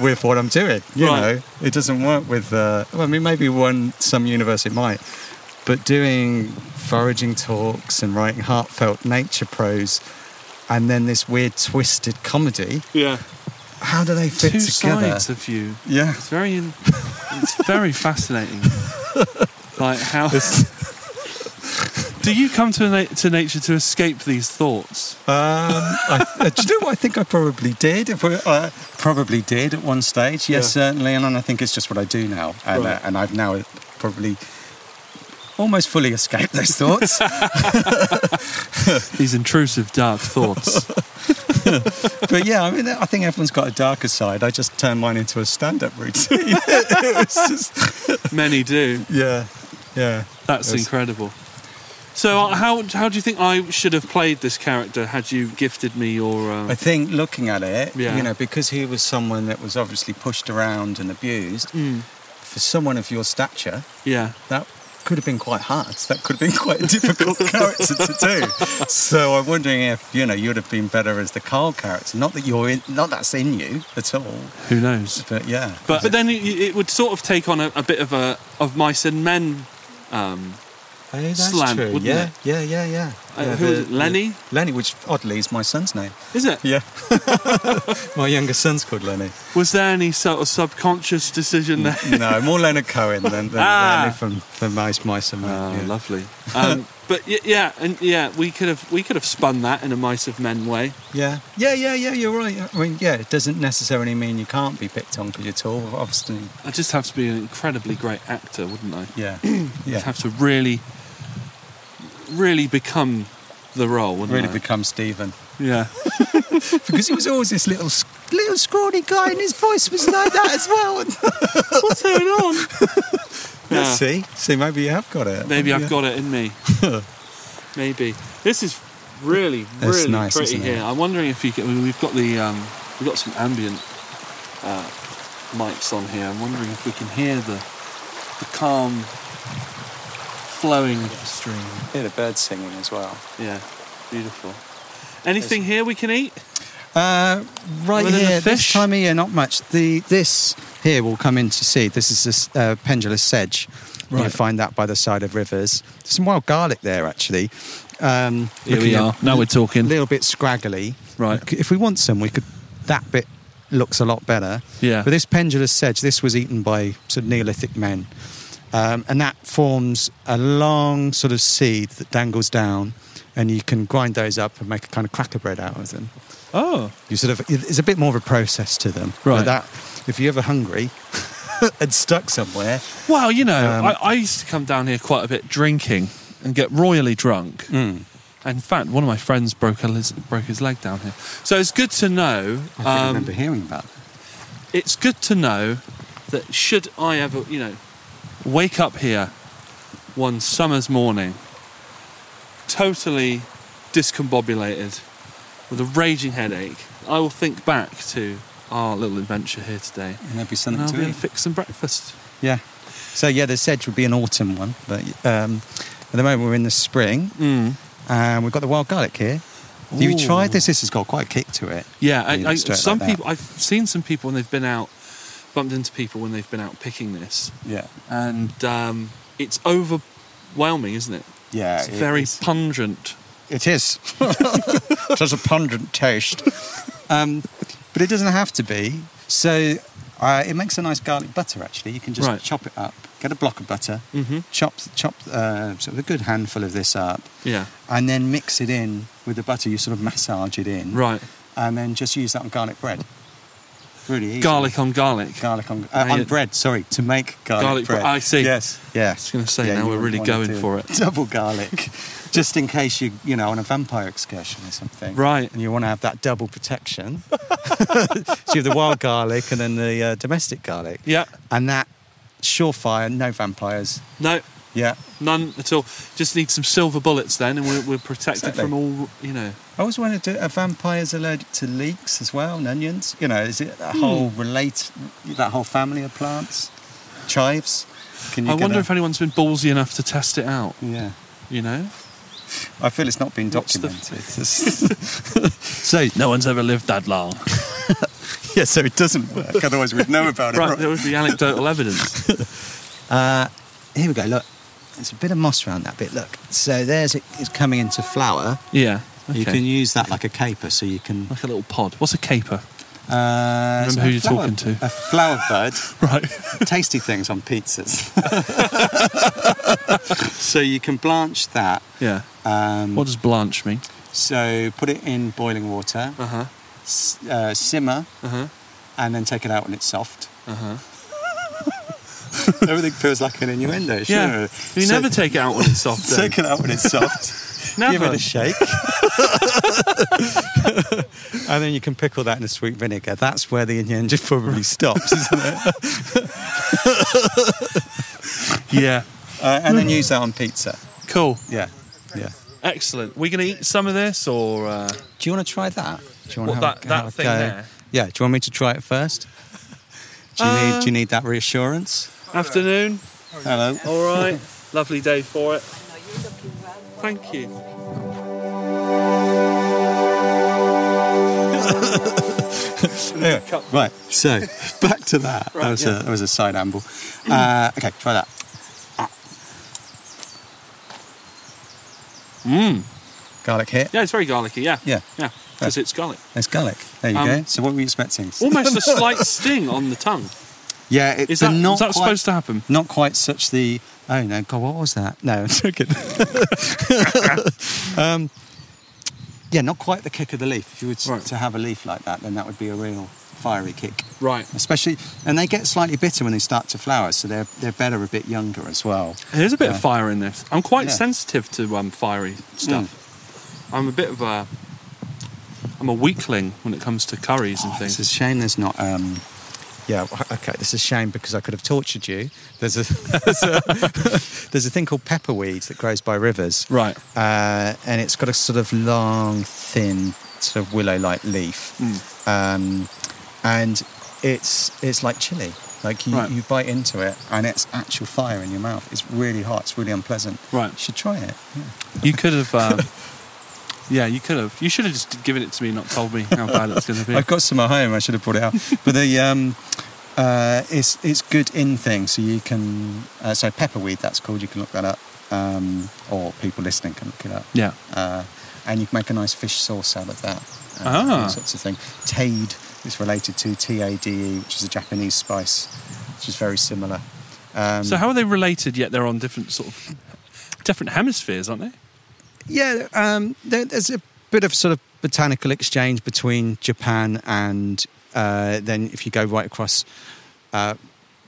S2: with what I'm doing. You
S1: Right.
S2: know, it doesn't work with, uh, well, I mean, maybe one, some universe it might. But doing foraging talks and writing heartfelt nature prose and then this weird twisted comedy,
S1: Yeah.
S2: how do they
S1: Two
S2: fit together?
S1: sides of you.
S2: Yeah.
S1: It's very, in, it's very fascinating. Like how do you come to na- to nature to escape these thoughts?
S2: Um, I, uh, do you know what I think I probably did? If we, uh, probably did at one stage, yes,
S1: Yeah.
S2: certainly. And, and I think it's just what I do now. And,
S1: Right.
S2: uh, and I've now probably almost fully escaped those thoughts.
S1: These intrusive, dark thoughts.
S2: but yeah, I mean, I think everyone's got a darker side. I just turned mine into a stand up routine. It's just-
S1: Many do.
S2: yeah, yeah.
S1: That's
S2: Yes.
S1: incredible. So uh, how how do you think I should have played this character had you gifted me your?
S2: I
S1: Um,
S2: think looking at it,
S1: Yeah.
S2: you know, because he was someone that was obviously pushed around and abused, for someone of your stature,
S1: yeah.
S2: that could have been quite hard. That could have been quite a difficult character to do. So I'm wondering if you know you'd have been better as the Carl character. Not that you're in, not that's in you at all,
S1: Who knows?
S2: but yeah.
S1: But, but then it, it would sort of take on a, a bit of a of mice and men. Um,
S2: Oh, that's
S1: slant,
S2: true.
S1: wouldn't
S2: yeah,
S1: it?
S2: yeah, yeah, yeah.
S1: uh,
S2: Yeah,
S1: who was
S2: the-
S1: it? Lenny?
S2: Lenny, which oddly is my son's name.
S1: Is it?
S2: Yeah, my younger son's called Lenny.
S1: Was there any sort of subconscious
S2: Mm.
S1: decision there?
S2: No, more Leonard Cohen than, than
S1: Ah.
S2: Lenny from from Mice Mice and Men.
S1: Oh,
S2: yeah.
S1: lovely. Um, but y- yeah, and yeah, we could have we could have spun that in a mice of men way.
S2: Yeah, yeah, yeah, yeah. You're right. I mean, yeah, it doesn't necessarily mean you can't be picked on because you're tall. Obviously,
S1: I would just have to be an incredibly great actor, wouldn't I?
S2: yeah,
S1: I'd
S2: yeah.
S1: have to really, really become the role, wouldn't
S2: Really
S1: I?
S2: become Stephen.
S1: yeah.
S2: because he was always this little little scrawny guy, and his voice was like that as well.
S1: What's going on? Yeah.
S2: See, see, maybe you have got it.
S1: Maybe I've
S2: Yeah.
S1: got it in me. Maybe this is really,
S2: That's
S1: really
S2: nice,
S1: pretty
S2: isn't it?
S1: here. I'm wondering if you can. I mean, we've got the um, we've got some ambient uh, mics on here. I'm wondering if we can hear the the calm flowing of the stream.
S2: hear the birds singing as well.
S1: Yeah, beautiful. Anything here we can eat?
S2: Uh, right
S1: Other than the
S2: here, this
S1: fish?
S2: time of year, not much. The this here will come into seed. This is this uh, pendulous sedge. You
S1: Right.
S2: find that by the side of rivers. There's some wild garlic there actually. Um, looking a
S1: Now we're talking.
S2: little bit scraggly.
S1: Right.
S2: If we want some, we could. That bit looks a lot better.
S1: Yeah.
S2: But this pendulous sedge, this was eaten by sort of Neolithic men, um, and that forms a long sort of seed that dangles down, and you can grind those up and make a kind of cracker bread out of them.
S1: Oh,
S2: You sort of it's a bit more of a process to them.
S1: Right.
S2: But that if you're ever hungry and stuck somewhere,
S1: well, you know,
S2: Um,
S1: I, I used to come down here quite a bit drinking and get royally drunk.
S2: Hmm.
S1: In fact, one of my friends broke his, broke his leg down here. So it's good to know.
S2: I
S1: um,
S2: remember hearing about. That.
S1: it's good to know that should I ever, you know, wake up here one summer's morning, totally discombobulated with a raging headache, I will think back to our little adventure here today.
S2: And there'd be
S1: And
S2: something
S1: I'll be
S2: to
S1: able to
S2: eat.
S1: fix some breakfast.
S2: Yeah. So yeah, the sedge would be an autumn one, but um, at the moment we're in the spring,
S1: Mm.
S2: and we've got the wild garlic here. Have you
S1: Ooh.
S2: tried this? This has got quite a kick to it.
S1: Yeah,
S2: You
S1: I, I,
S2: just do it
S1: some
S2: like that.
S1: people, I've seen some people when they've been out, bumped into people when they've been out picking this,
S2: Yeah.
S1: and um, it's overwhelming, isn't it?
S2: Yeah.
S1: It's very
S2: Uh, It,
S1: pungent.
S2: it is. it has a pungent taste, um, but it doesn't have to be. So Uh, it makes a nice garlic butter, actually. You can just
S1: Right.
S2: chop it up. Get a block of butter,
S1: Mm-hmm.
S2: chop, chop uh, sort of a good handful of this up,
S1: Yeah.
S2: and then mix it in with the butter. You sort of massage it in.
S1: Right.
S2: And then just use that on garlic bread. Really easy.
S1: Garlic on garlic.
S2: Garlic on,
S1: I
S2: uh, on
S1: had-
S2: bread, sorry, to make garlic,
S1: Garlic bre-
S2: bread.
S1: I see.
S2: Yes,
S1: was
S2: yes. I
S1: gonna say, now we're really going for it.
S2: Double garlic, just in case you, you know, on a vampire excursion or something.
S1: Right.
S2: And you want to have that double protection. so you have the wild garlic and then the uh, domestic garlic.
S1: Yeah.
S2: And that, surefire, no vampires.
S1: No,
S2: Yeah.
S1: none at all. Just need some silver bullets then, and we're, we're protected
S2: Exactly.
S1: from all, you know.
S2: I always wondered, do- are vampires allergic to leeks as well and onions? You know, is it
S1: Hmm.
S2: that whole relate, that whole family of plants? Chives? Can uh,
S1: I
S2: get
S1: wonder
S2: a-
S1: if anyone's been ballsy enough to test it out,
S2: Yeah.
S1: you know?
S2: I feel it's not been
S1: What's the-
S2: documented. so
S1: No one's ever lived that long.
S2: yeah, so it doesn't work. Otherwise, we'd know about it.
S1: right, there would be anecdotal evidence.
S2: Uh, here we go. Look, there's a bit of moss around that bit. Look, so there's it, it's coming into flower.
S1: Yeah. Okay.
S2: You can use that like a caper, so you can.
S1: like a little pod. What's a caper?
S2: Uh,
S1: Remember
S2: so
S1: who
S2: a
S1: you're
S2: flower-
S1: talking to.
S2: A flower bud.
S1: Right.
S2: tasty things on pizzas. so you can blanch that.
S1: Yeah.
S2: Um,
S1: What does blanche mean?
S2: so put it in boiling water,
S1: Uh huh.
S2: s- uh, simmer,
S1: Uh huh.
S2: and then take it out when it's soft.
S1: Uh huh.
S2: Everything feels like an innuendo, sure.
S1: Yeah. You
S2: So-
S1: never take it out when it's soft. though.
S2: Take it out when it's soft.
S1: never.
S2: Give it a shake. and then you can pickle that in a sweet vinegar. That's where the innuendo probably stops, isn't it?
S1: yeah.
S2: Uh, and then use that on pizza.
S1: Cool.
S2: Yeah. Yeah.
S1: Excellent. We gonna eat some of this or? Uh...
S2: Do you want to try that? Do you
S1: What,
S2: want to have,
S1: that- that
S2: have
S1: thing
S2: a go?
S1: there?
S2: Yeah. Do you want me to try it first? Do you, need,
S1: Uh,
S2: do you need that reassurance?
S1: Afternoon.
S2: Hello.
S1: All right. Lovely day for it. Thank you.
S2: Oh, Anyway,
S1: Cut.
S2: right. So back to that.
S1: Right,
S2: that, was
S1: yeah.
S2: a, that was a side amble. Uh, okay, try that.
S1: Mmm.
S2: Garlic here.
S1: Yeah, it's very garlicky. Yeah.
S2: Yeah.
S1: Yeah. Because it's garlic.
S2: There's garlic. There you
S1: Um,
S2: go. So what were you expecting?
S1: Almost a slight sting on the tongue.
S2: yeah. It,
S1: Is
S2: but
S1: that,
S2: not
S1: is that
S2: quite,
S1: supposed to happen?
S2: Not quite such the. Oh no, God, what was that? No, took it. um, yeah, not quite the kick of the leaf. If you were to,
S1: Right.
S2: to have a leaf like that, then that would be a real fiery kick.
S1: Right.
S2: especially and they get slightly bitter when they start to flower so they're they're better a bit younger as well
S1: There's a bit
S2: Yeah.
S1: of fire in this. I'm quite
S2: Yeah. Mm.
S1: sensitive to um, fiery stuff. I'm a bit of a. I'm a weakling when it comes to curries and
S2: it's
S1: things.
S2: Oh, a shame there's not um yeah w- okay this is a shame because i could have tortured you there's a there's a, there's a thing called pepperweed that grows by rivers
S1: Right.
S2: uh, and it's got a sort of long thin sort of willow-like leaf
S1: Hmm.
S2: um, and it's it's like chili like you,
S1: Right.
S2: you bite into it and it's actual fire in your mouth it's really hot it's really unpleasant
S1: Right.
S2: you should try it yeah.
S1: You could have. Um, yeah, you could have. You should have just given it to me, and not told me how bad it's going to be.
S2: I've got some at home. I should have brought it out. but the um, uh, it's it's good in thing, so you can uh, so pepperweed that's called. You can look that up, um, or people listening can look it up.
S1: yeah.
S2: Uh, and you can make a nice fish sauce out of that. Uh,
S1: Ah.
S2: All sorts of thing. Tade is related to T A D E, which is a Japanese spice, which is very similar. Um,
S1: So how are they related? Yet they're on different sort of different hemispheres, aren't they?
S2: Yeah, um, there, there's a bit of sort of botanical exchange between Japan and uh, then if you go right across uh,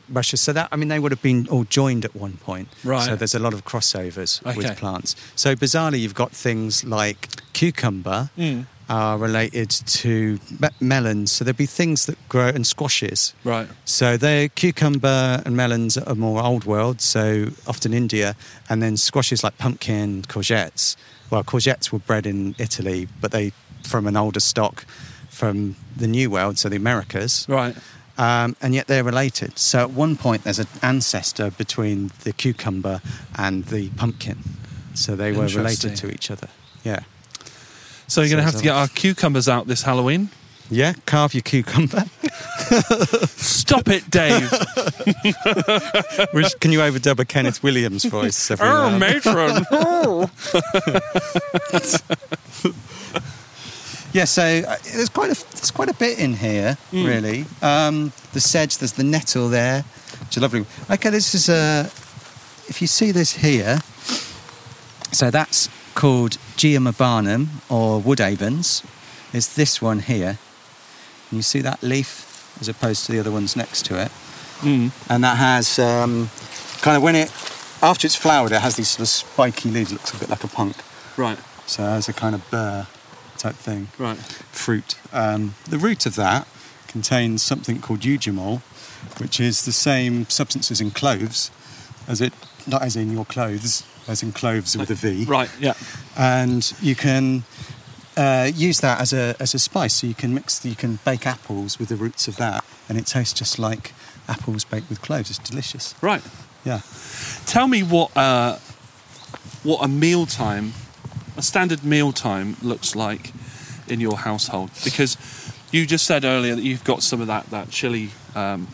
S2: Russia. So that I mean, they would have been all joined at one point.
S1: Right.
S2: So there's a lot of crossovers
S1: Okay.
S2: with plants. So bizarrely, you've got things like cucumber.
S1: Mm.
S2: Are related to me- melons, so there'd be things that grow and squashes.
S1: Right.
S2: So they cucumber and melons are more old world, so often India, and then squashes like pumpkin, courgettes. Well, courgettes were bred in Italy, but they from an older stock from the New World, so the Americas,
S1: Right.
S2: um, and yet they're related. So at one point, there's an ancestor between the cucumber and the pumpkin, so they were related
S1: Interesting.
S2: to each other. Yeah,
S1: So you're going to
S2: So
S1: have to get our cucumbers out this Halloween.
S2: yeah. Carve your cucumber.
S1: Stop it, Dave.
S2: Which, can you overdub a Kenneth Williams voice? every now
S1: oh,
S2: and then?
S1: matron. Oh.
S2: Yeah, so uh, there's quite a there's quite a bit in here, really. Um, the sedge, there's the nettle there. It's a lovely. Okay, this is a. If you see this here, so that's called Geomabanum or Wood Avens. It's this one here. And you see that leaf as opposed to the other ones next to it.
S1: Mm.
S2: And that has um, kind of when it, after it's flowered, it has these sort of spiky leaves, looks a bit like a punk.
S1: Right,
S2: So it has a kind of burr type thing
S1: right.
S2: fruit. Um, the root of that contains something called eugemol, which is the same substances in cloves as it, not as in your clothes, as in cloves with a V.
S1: Right, yeah.
S2: And you can uh, use that as a, as a spice. So you can mix, you can bake apples with the roots of that, and it tastes just like apples baked with cloves. It's delicious.
S1: Right.
S2: Yeah.
S1: Tell me what uh, what a meal time, a standard meal time looks like in your household, because you just said earlier that you've got some of that that chili, um,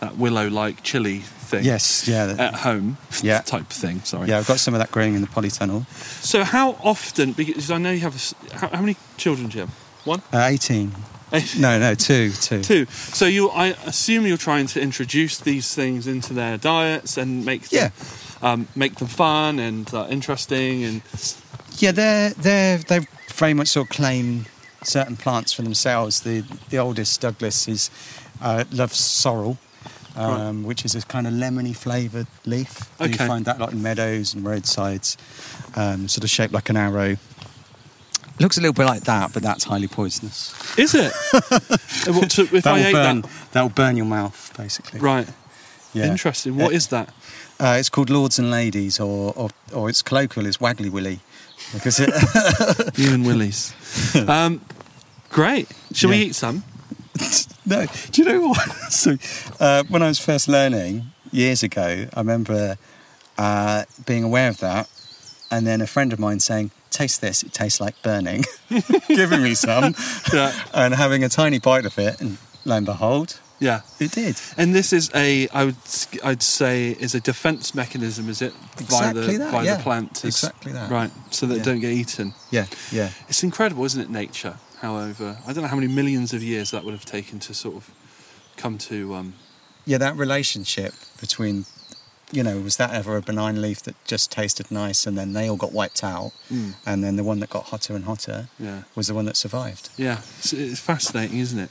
S1: that willow-like chili thing.
S2: Yes. Yeah.
S1: At home,
S2: Yeah.
S1: type thing. Sorry.
S2: yeah, I've got some of that growing in the polytunnel.
S1: So how often? Because I know you have. a s how, how many children do you have? One.
S2: Uh, 18. No, no, two, two.
S1: Two. So you, I assume you're trying to introduce these things into their diets and make them, um, make them fun and uh, interesting and
S2: Yeah, they're they they very much sort of claim certain plants for themselves. The the oldest Douglas is uh, loves sorrel, um, which is a kind of lemony flavoured leaf. You
S1: Okay.
S2: find that a lot in meadows and roadsides, um, sort of shaped like an arrow. Looks a little bit like that, but that's highly poisonous.
S1: Is it? Uh, what, so if
S2: that
S1: I
S2: will
S1: ate
S2: burn.
S1: that,
S2: That will burn your mouth, basically.
S1: right?
S2: Yeah.
S1: Interesting. What
S2: Yeah.
S1: is that?
S2: Uh, it's called Lords and Ladies, or or, or it's colloquial as Waggly Willy, because it,
S1: You and Willie's. um, great. Shall we
S2: Yeah.
S1: eat some?
S2: No, do you know what? so, uh, when I was first learning years ago, I remember uh, being aware of that, and then a friend of mine saying, "Taste this; it tastes like burning," giving me some,
S1: Yeah.
S2: and having a tiny bite of it, and lo and behold,
S1: Yeah.
S2: it did
S1: And this is a, I would, s- I'd say, is a defense mechanism, is it? By
S2: Exactly
S1: the,
S2: that,
S1: by
S2: yeah.
S1: the plant. is-
S2: Exactly that.
S1: Right. So that it
S2: Yeah.
S1: don't get eaten.
S2: Yeah, yeah.
S1: It's incredible, isn't it, nature? However, I don't know how many millions of years that would have taken to sort of come to. Um,
S2: yeah, that relationship between, you know, was that ever a benign leaf that just tasted nice and then they all got wiped out?
S1: Mm.
S2: And then the one that got hotter and hotter
S1: Yeah.
S2: was the one that survived.
S1: yeah. It's, it's fascinating, isn't it?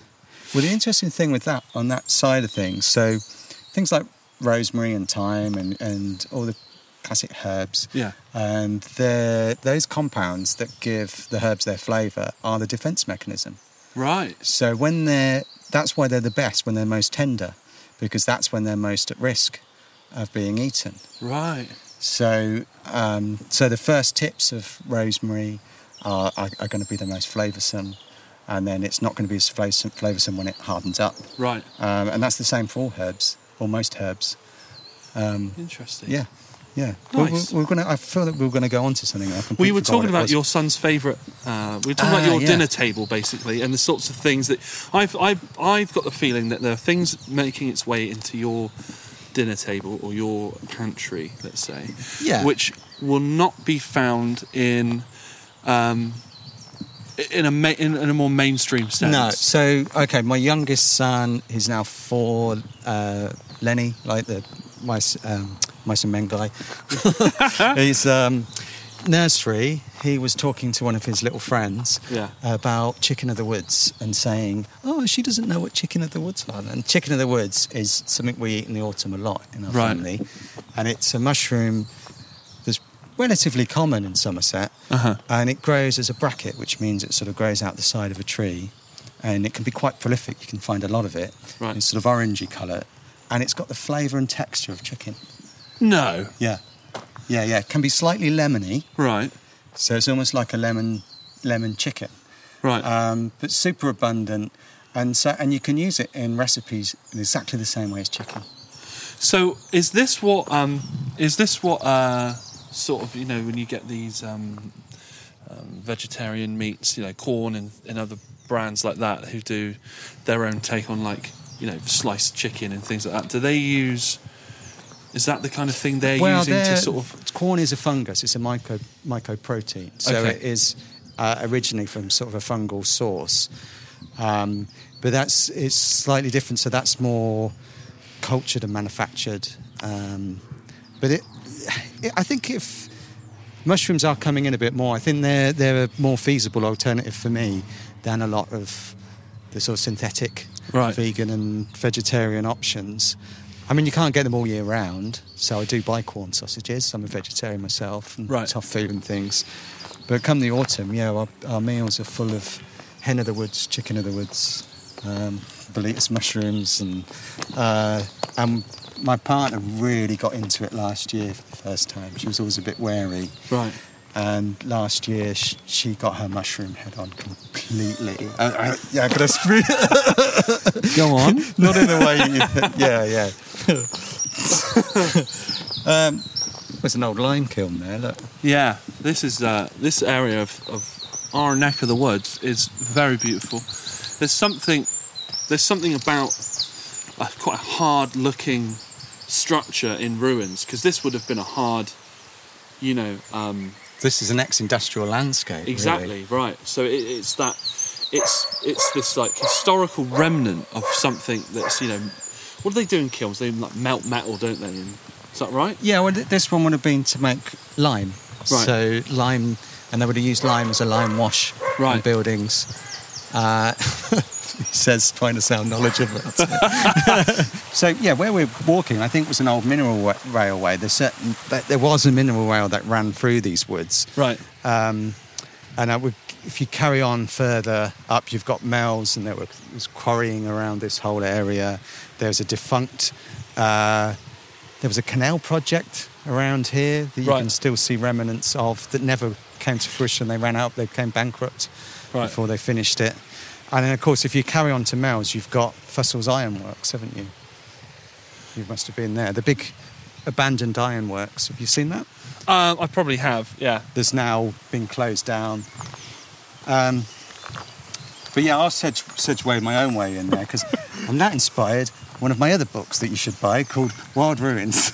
S2: Well, the interesting thing with that, on that side of things, so things like rosemary and thyme and, and all the classic herbs,
S1: Yeah.
S2: and they're- those compounds that give the herbs their flavour are the defence mechanism.
S1: Right.
S2: So when they're, that's why they're the best when they're most tender, because that's when they're most at risk of being eaten.
S1: Right.
S2: So, um, so the first tips of rosemary are, are, are going to be the most flavoursome, and then it's not going to be as flavoursome, flavoursome when it hardens up.
S1: Right.
S2: Um, and that's the same for all herbs, or most herbs.
S1: Interesting.
S2: Yeah, yeah. We're-
S1: Nice.
S2: We're, we're gonna. I feel that we we're gonna go on to something. that I
S1: We
S2: completely
S1: were
S2: forgot
S1: talking
S2: what it
S1: about
S2: was.
S1: your son's favourite. Uh, we were talking
S2: Ah,
S1: about your
S2: yeah.
S1: dinner table, basically, and the sorts of things that I've, I've I've got the feeling that there are things making its way into your dinner table or your pantry, let's say,
S2: Yeah.
S1: which will not be found in um, in a ma- in, in a more mainstream sense.
S2: No. So okay, my youngest son is now four. Uh, Lenny, like the mice, um, mice and men guy. He's um, nursery. He was talking to one of his little friends
S1: Yeah.
S2: about chicken of the woods and saying, "Oh, she doesn't know what chicken of the woods are." And chicken of the woods is something we eat in the autumn a lot in our
S1: Right.
S2: family, and it's a mushroom that's relatively common in Somerset,
S1: Uh-huh.
S2: and it grows as a bracket, which means it sort of grows out the side of a tree, and it can be quite prolific. You can find a lot of it.
S1: Right.
S2: It's sort of orangey colour, and it's got the flavour and texture of chicken.
S1: no,
S2: Yeah, yeah, yeah. It can be slightly lemony,
S1: right,
S2: so it's almost like a lemon lemon chicken,
S1: right,
S2: um, but super abundant. And so, and you can use it in recipes in exactly the same way as chicken.
S1: So is this what um is this what uh sort of you know when you get these um, um vegetarian meats you know corn and, and other brands like that who do their own take on like you know sliced chicken and things like that do they use is that the kind of thing they're using to
S2: they're-
S1: sort of
S2: corn is a fungus. It's a micro mycoprotein, so
S1: Okay.
S2: it is uh, originally from sort of a fungal source. Um, but that's it's slightly different. So that's more cultured and manufactured. Um, but it, it, I think if mushrooms are coming in a bit more, I think they're they're a more feasible alternative for me than a lot of the sort of synthetic
S1: Right.
S2: vegan and vegetarian options. I mean, you can't get them all year round, so I do buy corn sausages. I'm a vegetarian myself, and
S1: Right.
S2: tough food and things. But come the autumn, yeah, our, our meals are full of hen of the woods, chicken of the woods, um, boletus mushrooms, and uh, and my partner really got into it last year for the first time. She was always a bit wary,
S1: Right.
S2: and last year she, she got her mushroom head on completely. Uh, uh, yeah, but it's really
S1: Go on.
S2: not in the way you think. Yeah, yeah. um, there's an old lime kiln there. Look,
S1: Yeah, this is uh, this area of, of our neck of the woods is very beautiful. There's something there's something about a, quite a hard looking structure in ruins because this would have been a hard, you know, um,
S2: this is an ex-industrial landscape.
S1: exactly right. So it, it's that it's it's this like historical remnant of something that's you know what do they do in kilns? They like melt metal, don't they? And, is that right?
S2: Yeah, well, th- this one would have been to make lime.
S1: Right.
S2: So lime, and they would have used lime as a lime wash in
S1: Right.
S2: buildings. Uh, he says, trying to sound knowledgeable. so yeah, where we're walking, I think was an old mineral wa- railway. There's certain, but there was a mineral rail that ran through these woods.
S1: Right.
S2: Um, and I would, if you carry on further up, you've got mills, and there was, was quarrying around this whole area. There's a defunct, uh, there was a canal project around here that you
S1: Right.
S2: can still see remnants of that never came to fruition. They ran out, they became bankrupt
S1: Right.
S2: before they finished it. And then, of course, if you carry on to Mel's, you've got Fussell's Ironworks, haven't you? You must have been there. The big abandoned ironworks. Have you seen that?
S1: Uh, I probably have. Yeah.
S2: that's now been closed down. Um, but yeah, I'll sedge, sedge way my own way in there because I'm that inspired. One of my other books that you should buy called Wild Ruins.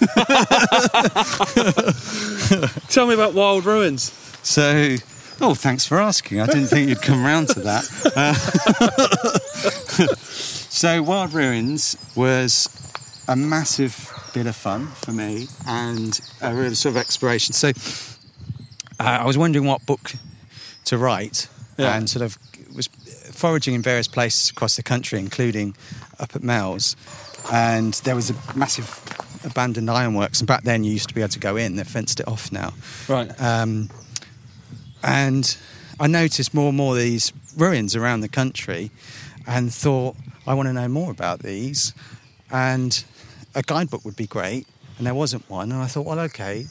S1: Tell me about wild ruins.
S2: so, oh, thanks for asking. I didn't think you'd come round to that. Uh, so, Wild Ruins was a massive bit of fun for me and a real sort of exploration. So, uh, I was wondering what book to write
S1: Yeah.
S2: and sort of was foraging in various places across the country, including up at Mel's. And there was a massive abandoned ironworks. And back then, you used to be able to go in, they fenced it off now.
S1: Right.
S2: Um, and I noticed more and more these ruins around the country and thought, I want to know more about these. And a guidebook would be great. And there wasn't one. And I thought, well, okay,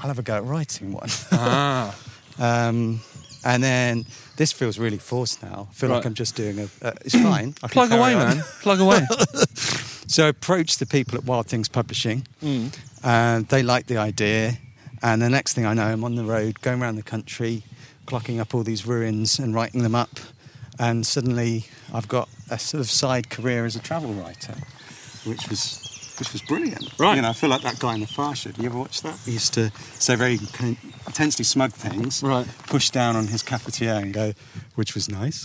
S2: I'll have a go at writing one.
S1: Ah.
S2: Um, and then this feels really forced now. I feel like
S1: Right.
S2: I'm just doing a. Uh, it's fine. I can
S1: Plug
S2: carry
S1: away,
S2: on.
S1: man. Plug away.
S2: So I approached the people at Wild Things Publishing.
S1: Mm.
S2: Uh, they liked the idea. And the next thing I know, I'm on the road going around the country, clocking up all these ruins and writing them up. And suddenly I've got a sort of side career as a travel writer, which was. Which was brilliant,
S1: Right.
S2: You know, I feel like that guy in the far should. You ever watch that? He used to say very kind of intensely smug things,
S1: Right.
S2: Push down on his cafetiere and go, which was nice.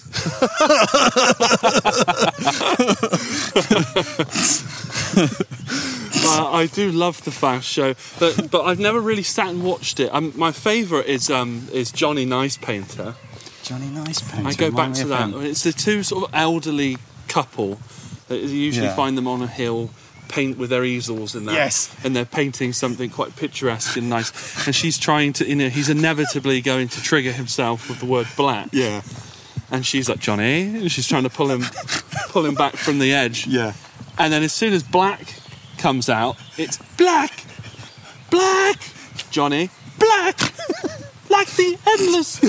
S1: Uh, I do love the Fast Show, but but I've never really sat and watched it. Um, my favourite is um is Johnny Nice Painter.
S2: Johnny Nice painting.
S1: I go back
S2: remind me
S1: to
S2: of
S1: that. Oh,
S2: him.
S1: It's the two sort of elderly couple. that You usually
S2: Yeah.
S1: find them on a hill, paint with their easels and that.
S2: Yes.
S1: And they're painting something quite picturesque and nice. And she's trying to, you know, he's inevitably going to trigger himself with the word black.
S2: Yeah,
S1: And she's like Johnny, and she's trying to pull him, pull him back from the edge.
S2: yeah.
S1: And then as soon as black comes out, it's black, black, Johnny, black, like the endless.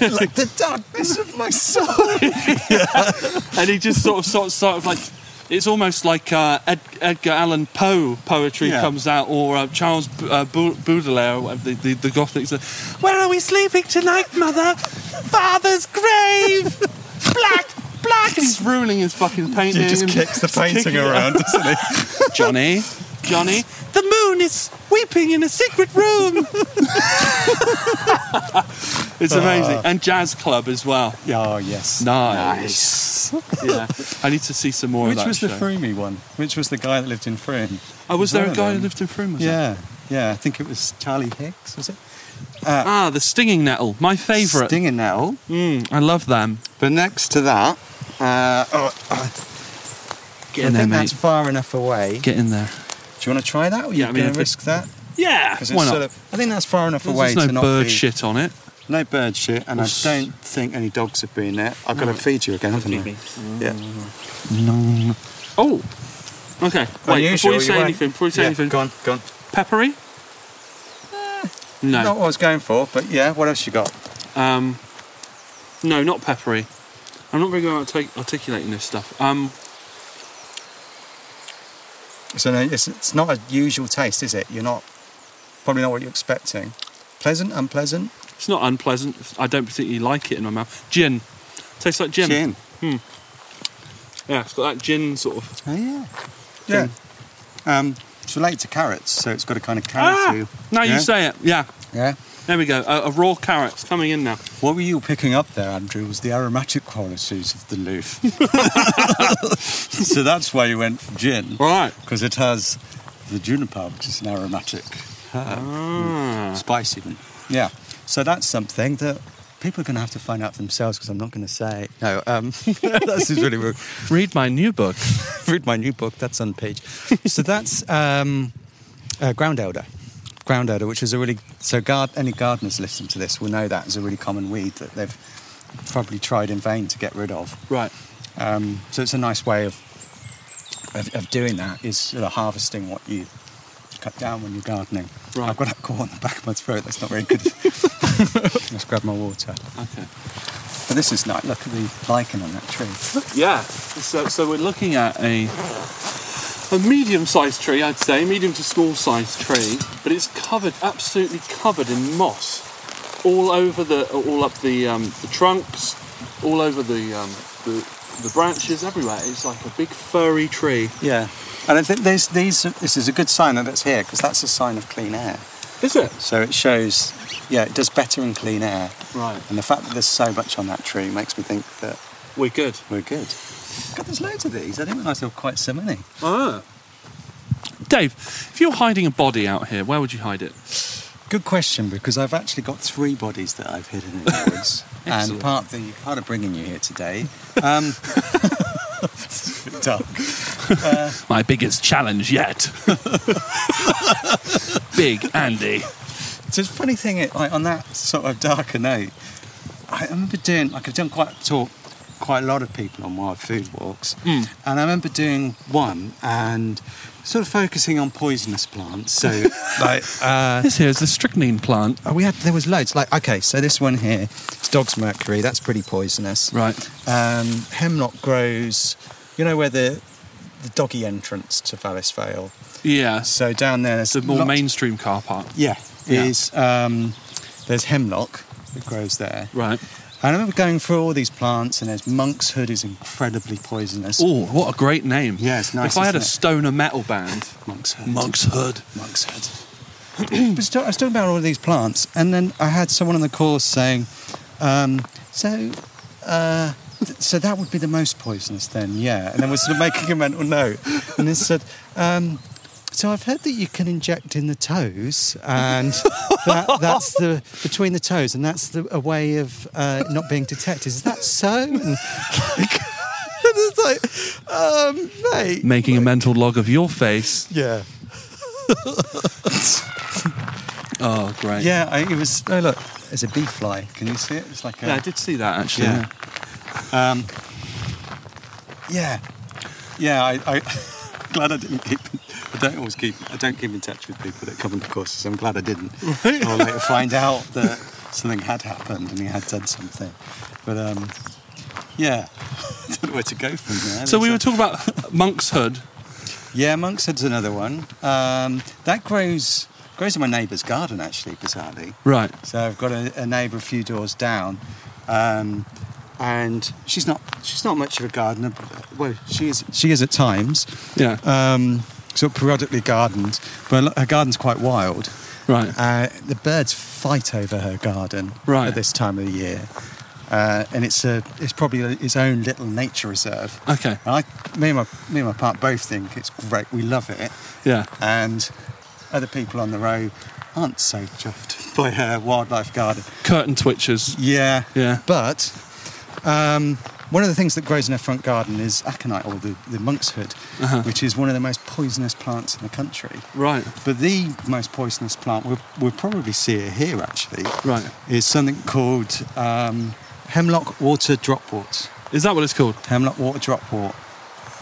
S2: like the darkness of my soul.
S1: And he just sort of, sort of, sort of like, it's almost like uh, Ed, Edgar Allan Poe poetry
S2: Yeah.
S1: comes out, or uh, Charles B- uh, Bu- Baudelaire, or whatever, the, the, the Gothics. uh, Where are we sleeping tonight, mother? Father's grave, black, black. And he's ruining his fucking painting.
S2: He just
S1: and-
S2: kicks the painting around, doesn't he?
S1: Johnny, Johnny, the moon is weeping in a secret room. It's amazing. And jazz club as well.
S2: Oh, yes.
S1: Nice. yeah. I need to see some more
S2: Which
S1: of that
S2: was the
S1: show.
S2: Froomey one? Which was the guy that lived in Froome?
S1: Oh, was there a
S2: One of
S1: guy who
S2: them.
S1: lived in Froome? was there?
S2: Yeah, yeah. I think it was Charlie Hicks, was it?
S1: Ah, the stinging nettle. My favourite.
S2: Stinging nettle.
S1: Mm, I love them.
S2: But next to that, uh, oh, oh,
S1: Get
S2: I
S1: in
S2: think
S1: there, mate.
S2: that's far enough away.
S1: Get in there.
S2: Do you want to try that? Or
S1: Yeah,
S2: yeah,
S1: I
S2: you
S1: mean,
S2: going
S1: if
S2: to
S1: it's-
S2: risk that?
S1: Yeah.
S2: 'Cause it's
S1: Why not?
S2: sort of- I think that's far enough away
S1: There's
S2: to
S1: no
S2: not
S1: bird
S2: be-
S1: shit on it.
S2: No bird shit, and I
S1: s-
S2: don't think any dogs have been there. I've got to feed Mm. you again, haven't I? Yeah.
S1: No. Oh. Okay.
S2: Are
S1: Wait.
S2: you
S1: before
S2: sure
S1: you
S2: you
S1: say
S2: won't?
S1: anything. Before you say
S2: yeah.
S1: anything.
S2: Go on, go on.
S1: Peppery. No.
S2: Eh. Not what I was going for, but yeah. What else you got?
S1: Um, no, not peppery. I'm not very good at artic- articulating this stuff. Um,
S2: So no, it's, it's not a usual taste, is it? You're not probably not what you're expecting. Pleasant, unpleasant.
S1: it's not unpleasant. I don't particularly like it in my mouth. Gin. Tastes like gin.
S2: Gin.
S1: Yeah, it's got that gin sort of.
S2: Oh yeah. Yeah. Um, it's related to carrots, so it's got a kind of carrot
S1: Ah!
S2: feel.
S1: Now you
S2: Yeah?
S1: say it. Yeah.
S2: Yeah.
S1: There we go. A, a raw carrot's coming in now.
S2: What were you picking up there, Andrew? Was the aromatic qualities of the loaf. so that's why you went for gin,
S1: All right.
S2: because it has the juniper, which is an aromatic, um,
S1: Ah.
S2: spice even. Yeah. So that's something that people are going to have to find out for themselves, because I'm not going to say. No, um, this is really rude.
S1: Read my new book.
S2: read my new book. That's on page. so that's um, uh, ground elder. Ground elder, which is a really so guard, any gardeners listening to this will know that is a really common weed that they've probably tried in vain to get rid of.
S1: Right.
S2: Um, so it's a nice way of of, of doing that is sort of harvesting what you cut down when you're gardening.
S1: Right.
S2: I've got that caught on the back of my throat. That's not very good. Let's grab my water.
S1: Okay.
S2: But this is nice. Look at the lichen on that tree.
S1: Yeah. So, so we're looking at a a medium-sized tree, I'd say, medium to small-sized tree, but it's covered, absolutely covered in moss, all over the, all up the um, the trunks, all over the um, the the branches, everywhere. It's like a big furry tree.
S2: Yeah. And I think there's these. This is a good sign that it's here because that's a sign of clean air.
S1: Is it?
S2: So it shows, yeah, it does better in clean air.
S1: Right.
S2: And the fact that there's so much on that tree makes me think that
S1: We're good.
S2: we're good. God, there's loads of these. I didn't realise there were quite so many.
S1: Ah. Dave, if you're hiding a body out here, where would you hide it?
S2: Good question because I've actually got three bodies that I've hidden in the woods. and
S1: Excellent.
S2: part of the part of bringing you here today. Um, it's a bit dark.
S1: My biggest challenge yet. Big Andy.
S2: So it's a funny thing, it, like on that sort of darker note, I remember doing, like I've done quite, taught quite a lot of people on wild food walks, and I remember doing one and sort of focusing on poisonous plants. So, like, uh,
S1: This here is the strychnine plant.
S2: we had, there was loads. Like, okay, so this one here, it's dog's mercury, that's pretty poisonous.
S1: Right.
S2: Um, hemlock grows, you know, where the, the doggy entrance to Vallis Vale.
S1: Yeah.
S2: So down there, there's
S1: The more
S2: lots-
S1: mainstream car park.
S2: Yeah,
S1: Yeah.
S2: is um, there's hemlock that grows there.
S1: Right.
S2: I remember going through all these plants, and there's monk's hood is incredibly poisonous.
S1: Oh, what a great name.
S2: Yeah, it's nice,
S1: If I had a
S2: isn't it?
S1: stoner metal band,
S2: monk's hood.
S1: Monk's Hood.
S2: Monk's hood. I was ta- I was talking about all of these plants, and then I had someone on the course saying, um, "So, uh, th- so that would be the most poisonous, then, yeah." And then we're sort of making a mental note, and then said. Um, so I've heard that you can inject in the toes, and that, that's the between the toes, and that's the, a way of uh, not being detected. Is that so? And like, it's like, um, mate,
S1: Making a mental log of your face.
S2: yeah.
S1: Oh, great.
S2: Yeah, I, it was. Oh look, it's a bee fly. Can you see it? It's like a.
S1: Yeah, I did see that actually.
S2: Yeah. Um, yeah, yeah. I, I glad I didn't keep. I don't always keep. I don't keep in touch with people that come on the courses. I'm glad I didn't. I'll later find out that something had happened and he had done something. But um, yeah, I don't know where to go from there.
S1: So we
S2: There's
S1: were
S2: a-
S1: talking about Monk's Hood.
S2: yeah, monk's hood's another one. Um, that grows grows in my neighbour's garden actually, bizarrely.
S1: Right.
S2: So I've got a, a neighbour a few doors down, um, and she's not she's not much of a gardener. But, uh, well, she is she is at times,
S1: Yeah.
S2: um, sort of periodically gardened, but her garden's quite wild.
S1: Right.
S2: Uh, the birds fight over her garden
S1: Right.
S2: at this time of the year, uh, and it's a it's probably its own little nature reserve.
S1: Okay.
S2: And I, me and my me and my partner both think it's great. We love it,
S1: Yeah.
S2: and other people on the row aren't so chuffed by her wildlife garden.
S1: Curtain twitches.
S2: Yeah.
S1: Yeah.
S2: But um, one of the things that grows in her front garden is aconite, or the, the monk's hood,
S1: Uh-huh.
S2: which is one of the most poisonous plants in the country.
S1: Right.
S2: But the most poisonous plant, we'll, we'll probably see it here actually,
S1: Right.
S2: is something called um, hemlock water dropwort.
S1: Is that what it's called?
S2: Hemlock water dropwort.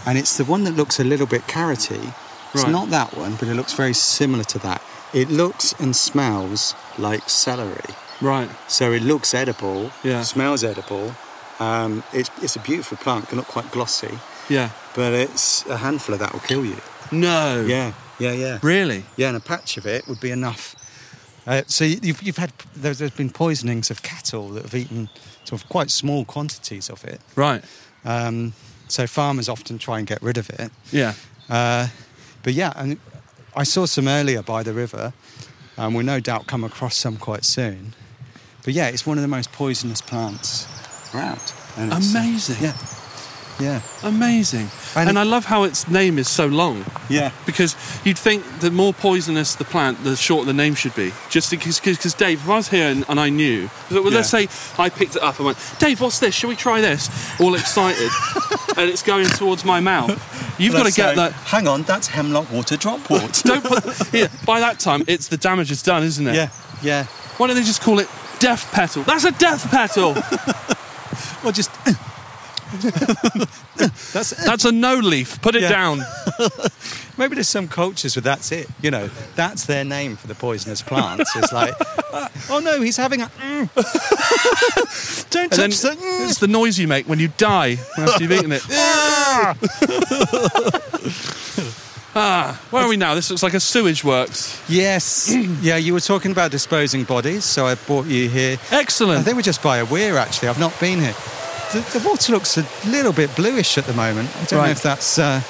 S2: And it's the one that looks a little bit carroty. It's
S1: Right.
S2: not that one, but it looks very similar to that. It looks and smells like celery.
S1: Right.
S2: So it looks edible,
S1: Yeah.
S2: smells edible. Um, it's, it's a beautiful plant, can look quite glossy,
S1: Yeah.
S2: but it's a handful of that will kill you.
S1: No.
S2: Yeah, yeah, yeah.
S1: Really?
S2: Yeah, and a patch of it would be enough. Uh, so you've, you've had, there's, there's been poisonings of cattle that have eaten sort of quite small quantities of it.
S1: Right.
S2: Um, so farmers often try and get rid of it.
S1: Yeah.
S2: Uh, but yeah, and I saw some earlier by the river, and we'll no doubt come across some quite soon. But yeah, it's one of the most poisonous plants around. And it's, uh,
S1: Amazing.
S2: yeah, yeah,
S1: Amazing.
S2: And-
S1: And, I love how its name is so long.
S2: yeah.
S1: Because you'd think the more poisonous the plant, the shorter the name should be. Just because, because Dave, if I was here and, and I knew, well, let's
S2: Yeah.
S1: say I picked it up and went, Dave, what's this? Shall we try this? All excited, and it's going towards my mouth. You've got to
S2: Let's
S1: get
S2: say-
S1: that.
S2: Hang on, that's hemlock water drop wort.
S1: Don't put. yeah, by that time, it's the damage is done, isn't it?
S2: yeah, yeah.
S1: Why don't they just call it death petal? That's a death petal.
S2: Well, just that's it.
S1: That's a no leaf. Put it
S2: Yeah.
S1: down.
S2: Maybe there's some cultures where that's it. You know, that's their name for the poisonous plants. It's like, uh, oh no, he's having a. Don't
S1: And then
S2: touch the. mm.
S1: it's the noise you make when you die after you've eaten it. ah, where are we now? This looks like a sewage works.
S2: Yes. yeah, you were talking about disposing bodies, so I brought you here. I
S1: Excellent.
S2: think we're just by a weir, actually. I've not been here. The, the water looks a little bit bluish at the moment. I don't
S1: Right.
S2: know if that's. Uh...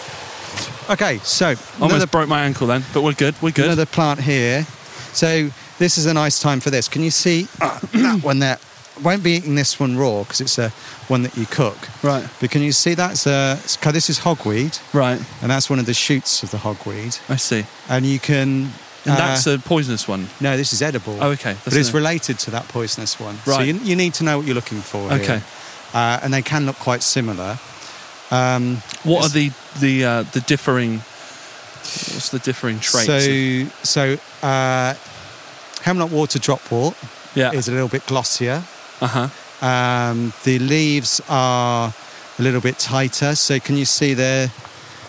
S2: Okay, so
S1: Almost
S2: another,
S1: broke my ankle then, but we're good. We're good.
S2: another plant here. So this is a nice time for this. Can you see uh, that one there? Won't be eating this one raw because it's a one that you cook.
S1: Right.
S2: But can you see that's uh, it's- this is hogweed,
S1: Right.
S2: and that's one of the shoots of the hogweed,
S1: I see.
S2: and you can.
S1: And
S2: uh,
S1: that's a poisonous one.
S2: No, this is edible.
S1: Oh, okay.
S2: But
S1: That's
S2: it's
S1: an-
S2: related to that poisonous one. So
S1: Right.
S2: you, you need to know what you're looking for. here.
S1: Okay.
S2: Uh, and they can look quite similar. Um,
S1: What are the the uh, the differing? What's the differing traits?
S2: so, so uh, hemlock water dropwort
S1: yeah.
S2: is a little bit glossier.
S1: Uh huh.
S2: Um, the leaves are a little bit tighter. So can you see there?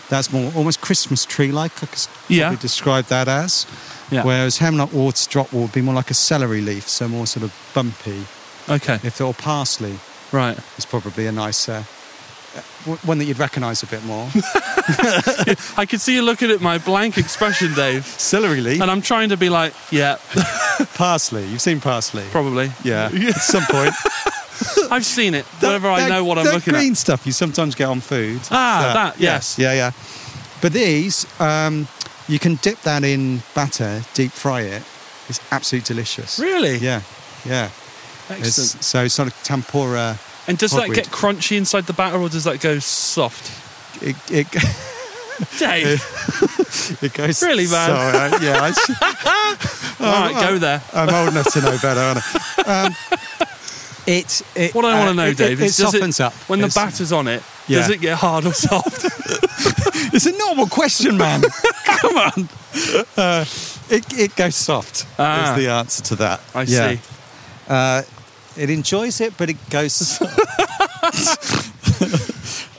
S2: That's more almost Christmas tree like. I could s-
S1: Yeah.
S2: probably describe that as.
S1: Yeah.
S2: Whereas hemlock water dropwort would be more like a celery leaf, so more sort of bumpy,
S1: Okay.
S2: if or parsley.
S1: Right.
S2: is probably a nicer uh, w- one that you'd recognise a bit more.
S1: I could see you looking at my blank expression, Dave,
S2: Celery leaf,
S1: and I'm trying to be like, yeah,
S2: parsley. You've seen parsley,
S1: probably.
S2: yeah. At some point,
S1: I've seen it. Whenever I
S2: That-
S1: know what I'm
S2: that
S1: looking
S2: green
S1: at.
S2: stuff you sometimes get on food.
S1: Ah, that,
S2: yeah,
S1: yes.
S2: yeah, yeah. But these, um, you can dip that in batter, deep fry it. It's absolutely delicious.
S1: Really?
S2: Yeah, yeah. It's,
S1: Excellent.
S2: so it's sort of tempura.
S1: and does that
S2: hogweed.
S1: get crunchy inside the batter, or does that go soft?
S2: It, it,
S1: Dave,
S2: it goes
S1: Really, man?
S2: So, uh, yeah, I should-
S1: all right, go there.
S2: I'm old enough to know better, aren't I? Um, it, it,
S1: What I want
S2: uh,
S1: to know,
S2: it-
S1: Dave,
S2: it,
S1: is
S2: it
S1: does
S2: softens up
S1: when the
S2: It's-
S1: batter's on it.
S2: Yeah.
S1: Does it get hard or soft?
S2: It's a normal question, man. Come on. Uh, it, it goes soft.
S1: Ah.
S2: Is the answer to that?
S1: I
S2: Yeah.
S1: see.
S2: Uh, it enjoys it, but it goes soft.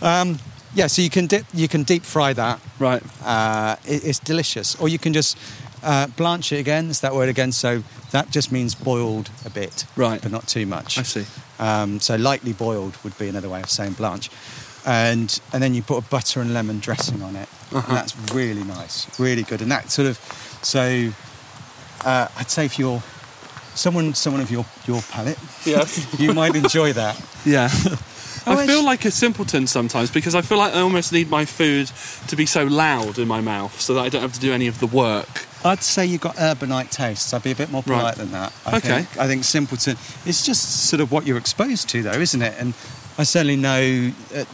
S2: um, yeah, so you can dip, you can deep fry that.
S1: Right.
S2: Uh, it, it's delicious, or you can just uh, blanch it again. It's that word again. So that just means boiled a bit,
S1: Right.
S2: But not too much.
S1: I see.
S2: Um, so lightly boiled would be another way of saying blanch. And and then you put a butter and lemon dressing on it.
S1: Uh-huh.
S2: And that's really nice, really good. And that sort of so uh, I'd say if you're someone someone of your your palate,
S1: Yes.
S2: you might enjoy that.
S1: Yeah.
S2: Oh,
S1: I feel
S2: it's-
S1: like a simpleton sometimes because I feel like I almost need my food to be so loud in my mouth so that I don't have to do any of the work.
S2: I'd say you've got urbanite tastes. I'd be a bit more polite
S1: Right.
S2: than that. I
S1: Okay.
S2: Think, I think simpleton. It's just sort of what you're exposed to, though, isn't it? And I certainly know. Uh,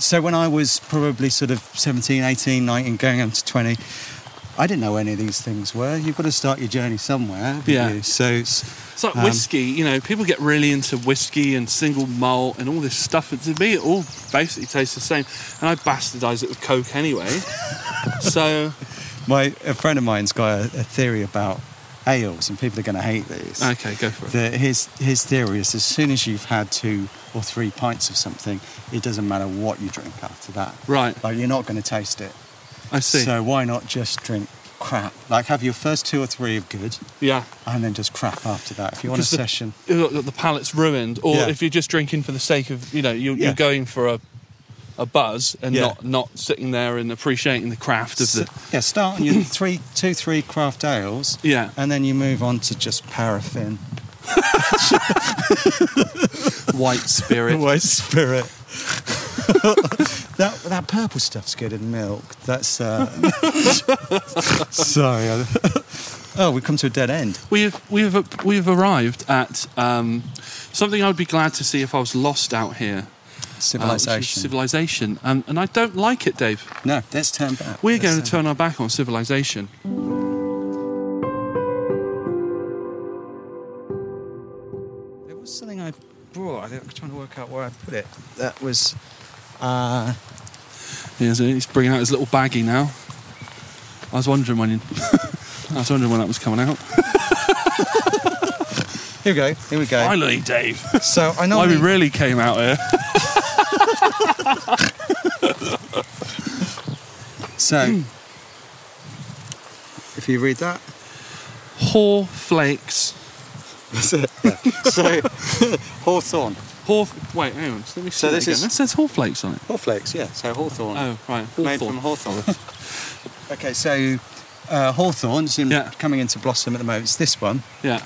S2: so when I was probably sort of 17, 18, 19, going on to 20, I didn't know any of these things were. You've got to start your journey somewhere. haven't
S1: Yeah.
S2: you? So it's.
S1: It's like
S2: Um,
S1: whiskey, you know, people get really into whiskey and single malt and all this stuff. And to me, it all basically tastes the same. And I bastardise it with Coke anyway. so,
S2: My a friend of mine's got a, a theory about ales, and people are going to hate these.
S1: okay, go for it.
S2: The, his his theory is as soon as you've had two or three pints of something, it doesn't matter what you drink after that.
S1: Right,
S2: Like you're not going to taste it.
S1: I see.
S2: So why not just drink crap? Like have your first two or three of good,
S1: yeah.
S2: and then just crap after that. If you want a
S1: Because the-
S2: session,
S1: Look, look, The palate's ruined. Or
S2: Yeah.
S1: if you're just drinking for the sake of, you know, you,
S2: Yeah.
S1: you're going for a, a buzz and
S2: Yeah.
S1: not, not sitting there and appreciating the craft of the.
S2: s- yeah, start on your three, two, three craft ales,
S1: Yeah.
S2: and then you move on to just paraffin,
S1: white spirit.
S2: white spirit. that that purple stuff's good in milk. That's uh, sorry. I- oh, we come to a dead end.
S1: We've we've we've arrived at um, something I would be glad to see if I was lost out here. uh, which is
S2: Civilization.
S1: civilization, and, and I don't like it, Dave.
S2: no, let's turn back.
S1: We're
S2: Let's
S1: going to turn our back on civilization.
S2: There was something I brought. I think I'm trying to work out where I put it. That was. Uh,
S1: He's, he's bringing out his little baggie now. I was wondering when you, I was wondering when that was coming out.
S2: here we go. Here we go.
S1: Finally, Dave.
S2: so I know.
S1: Why we really came out here?
S2: so if you read that,
S1: Hoar flakes.
S2: that's it. so hawthorn,
S1: Hoar. Wait, hang on. Let me see
S2: So
S1: that
S2: this
S1: again.
S2: is-
S1: That says hoar flakes on it.
S2: hawflakes. Yeah. So hawthorn.
S1: Oh, right.
S2: Made
S1: hawthorn.
S2: from hawthorn. okay, so uh, hawthorns in,
S1: Yeah.
S2: coming into blossom at the moment. It's this one.
S1: Yeah.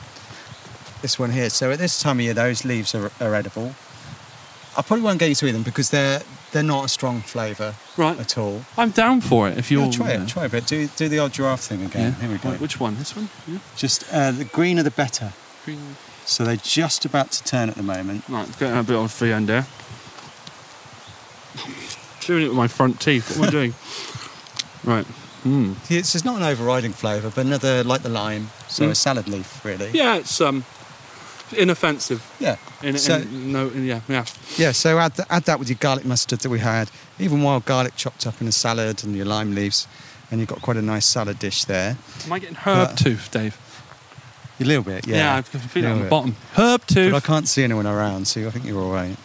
S2: this one here. So at this time of year, those leaves are, are edible. I probably won't get you to eat them because they're they're not a strong flavour
S1: Right.
S2: at all.
S1: I'm down for it if you're.
S2: Yeah, try it, try it, but do do the old giraffe thing again. Here we go.
S1: Wait, which one? This one? Yeah.
S2: Just uh, the greener the better.
S1: Green.
S2: So they're just about to turn at the moment.
S1: Right, getting a bit on Fiend there. Doing it with my front teeth. What am I doing? Right. Mm.
S2: It's, it's not an overriding flavour, but another like the lime, so a salad leaf really.
S1: Yeah, it's um, inoffensive.
S2: Yeah.
S1: In,
S2: so
S1: in, no, in, yeah, yeah.
S2: yeah. So add th- add that with your garlic mustard that we had, even wild garlic chopped up in a salad and your lime leaves, and you've got quite a nice salad dish there.
S1: Am I getting herb
S2: Uh,
S1: tooth, Dave?
S2: A little bit, yeah.
S1: yeah I can feel it on
S2: Little
S1: the
S2: bit.
S1: bottom. Herb
S2: But I
S1: tooth.
S2: can't see anyone around, so I think you're all right.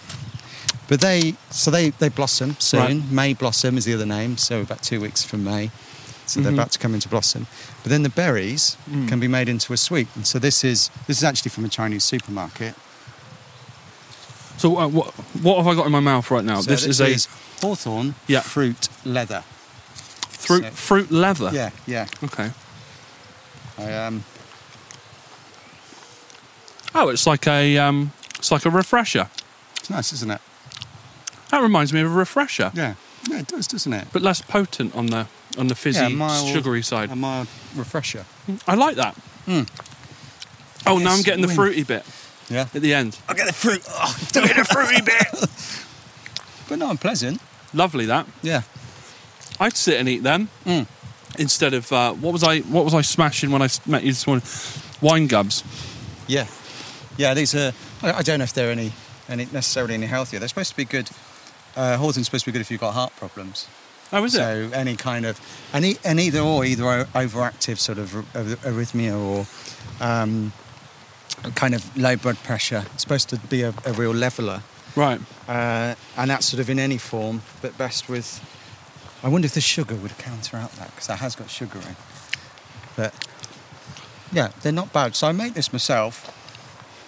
S2: But they, so they, they blossom soon.
S1: Right.
S2: May blossom is the other name, so about two weeks from May. So they're
S1: Mhm.
S2: about to come into blossom. But then the berries
S1: Mm.
S2: can be made into a sweet. And so this is this is actually from a Chinese supermarket.
S1: So uh, what, what have I got in my mouth right now?
S2: So
S1: this, is a
S2: hawthorn
S1: Yeah.
S2: fruit leather.
S1: fruit
S2: so-
S1: fruit leather.
S2: Yeah, yeah.
S1: Okay.
S2: I, um,
S1: Oh, it's like a um, it's like a refresher.
S2: it's nice, isn't it?
S1: That reminds me of a refresher,
S2: Yeah, yeah, it does, doesn't it?
S1: but less potent on the on the fizzy,
S2: yeah, a mild- Um,
S1: sugary side.
S2: a mild refresher.
S1: I like that. Oh, now I'm
S2: It's
S1: getting the
S2: hmm. win.
S1: fruity bit
S2: Yeah,
S1: at the end.
S2: I get the fruit, oh,
S1: I'm getting the fruity bit.
S2: but not unpleasant.
S1: Lovely that.
S2: Yeah,
S1: I'd sit and eat then
S2: Mm.
S1: instead of uh, what was I what was I smashing when I s- met you this morning? Wine gubs.
S2: Yeah, yeah. These are. I I don't know if they're any, any necessarily any healthier. They're supposed to be good. Uh, Hawthorn's supposed to be good if you've got heart problems.
S1: Oh, is it?
S2: So any kind of any and either or either o- overactive sort of ar- arrhythmia or um, kind of low blood pressure. It's supposed to be a, a real leveler,
S1: Right.
S2: uh, and that's sort of in any form, but best with. I wonder if the sugar would counteract that because that has got sugar in. But yeah, they're not bad. So I made this myself.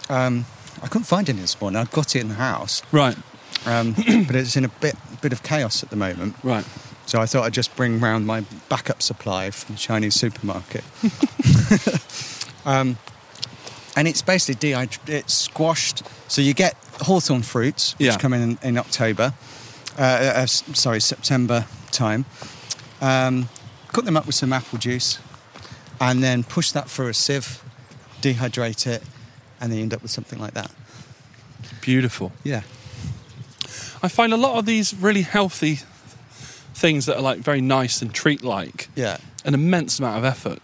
S2: Um, I couldn't find any this morning. I got it in the house,
S1: Right.
S2: um, but it's in a bit bit of chaos at the moment.
S1: Right.
S2: So I thought I'd just bring round my backup supply from the Chinese supermarket. um, and it's basically dehydrated, it's squashed. So you get hawthorn fruits, which
S1: Yeah.
S2: come in in October, uh, uh, s- sorry, September time. Um, cut them up with some apple juice and then push that through a sieve, dehydrate it, and then you end up with something like that.
S1: Beautiful.
S2: Yeah.
S1: I find a lot of these really healthy things that are like very nice and treat like
S2: Yeah.
S1: an immense amount of effort.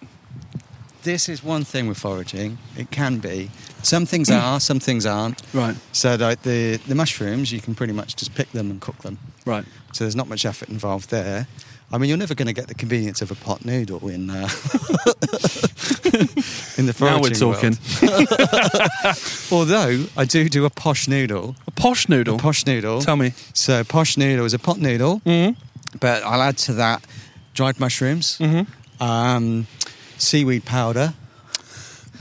S2: This is one thing with foraging. It can be. Some things are, some things aren't.
S1: Right,
S2: So like the, the mushrooms, you can pretty much just pick them and cook them.
S1: right.
S2: So there's not much effort involved there. I mean, you're never going to get the convenience of a pot noodle in uh, in the
S1: Now
S2: foraging
S1: we're talking.
S2: world. Although I do do a posh noodle.
S1: A posh noodle.
S2: Posh noodle.
S1: Tell me.
S2: So posh noodle is a pot noodle,
S1: Mm-hmm.
S2: but I'll add to that dried mushrooms,
S1: Mm-hmm.
S2: um, seaweed powder.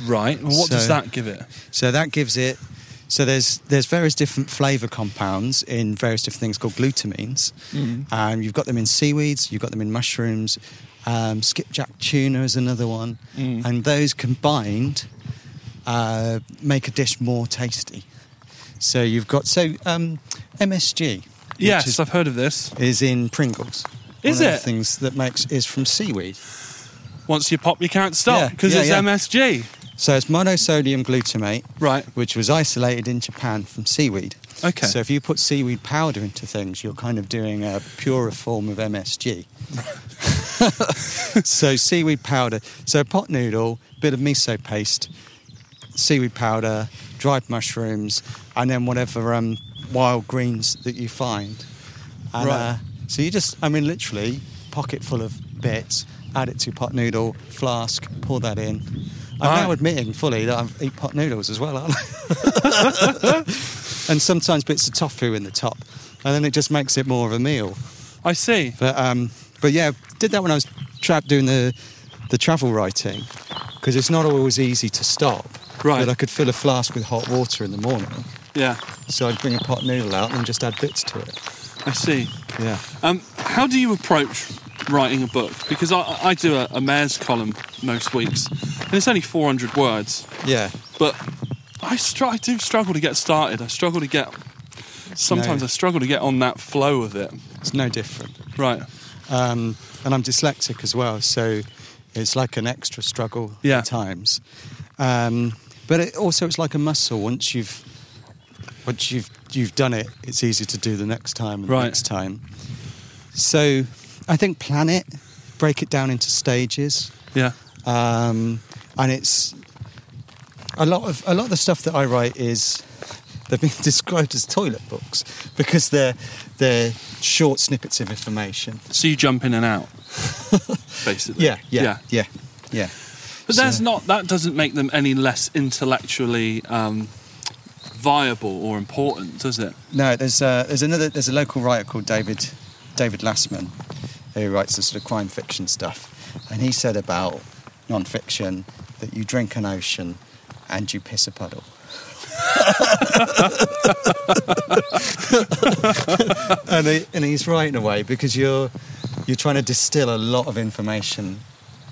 S1: Right. Well, what does
S2: So-
S1: that give it?
S2: So that gives it. So there's there's various different flavour compounds in various different things called glutamines.
S1: Mm.
S2: Um, you've got them in seaweeds. You've got them in mushrooms. Um, skipjack tuna is another one,
S1: Mm.
S2: and those combined uh, make a dish more tasty. So you've got so um, MSG. which
S1: Yes,
S2: is,
S1: I've heard of this.
S2: is in Pringles.
S1: Is
S2: one Of
S1: it?
S2: the things that makes is from seaweed.
S1: Once you pop, you can't stop
S2: Yeah,
S1: because
S2: yeah,
S1: it's
S2: yeah.
S1: MSG.
S2: So it's monosodium glutamate,
S1: Right.
S2: which was isolated in Japan from seaweed.
S1: Okay.
S2: So if you put seaweed powder into things, you're kind of doing a purer form of MSG. so seaweed powder. So pot noodle, bit of miso paste, seaweed powder, dried mushrooms, and then whatever um, wild greens that you find. And,
S1: Right.
S2: uh, so you just, I mean, literally, pocket full of bits, add it to pot noodle, flask, pour that in. I'm
S1: Right.
S2: now admitting fully that I eat pot noodles as well, aren't I? and sometimes bits of tofu in the top, and then it just makes it more of a meal.
S1: I see.
S2: But um, but yeah, did that when I was trapped doing the the travel writing because it's not always easy to stop.
S1: Right.
S2: But I could fill a flask with hot water in the morning,
S1: Yeah,
S2: so I'd bring a pot noodle out and just add bits to it.
S1: I see.
S2: Yeah.
S1: Um, how do you approach writing a book? Because I, I do a, a mayor's column most weeks, and it's only 400 words,
S2: Yeah.
S1: but I, str- I do struggle to get started. I struggle to get. Sometimes
S2: No.
S1: I struggle to get on that flow of it.
S2: It's no different.
S1: Right.
S2: um, and I'm dyslexic as well, so it's like an extra struggle
S1: Yeah.
S2: at times. Um, but it also, it's like a muscle. Once you've once you've you've done it, it's easy to do the next time and the
S1: Right.
S2: next time. So I think plan it, break it down into stages,
S1: Yeah.
S2: um, and it's a lot of a lot of the stuff that I write is they've been described as toilet books because they're they're short snippets of information.
S1: So you jump in and out, basically.
S2: Yeah, yeah, yeah, yeah.
S1: But that's not that doesn't make them any less intellectually um, viable or important, does it?
S2: No, there's uh, there's another there's a local writer called David David Lastman who writes the sort of crime fiction stuff, and he said about non-fiction that you drink an ocean and you piss a puddle. and, he, and he's right in a way because you're you're trying to distill a lot of information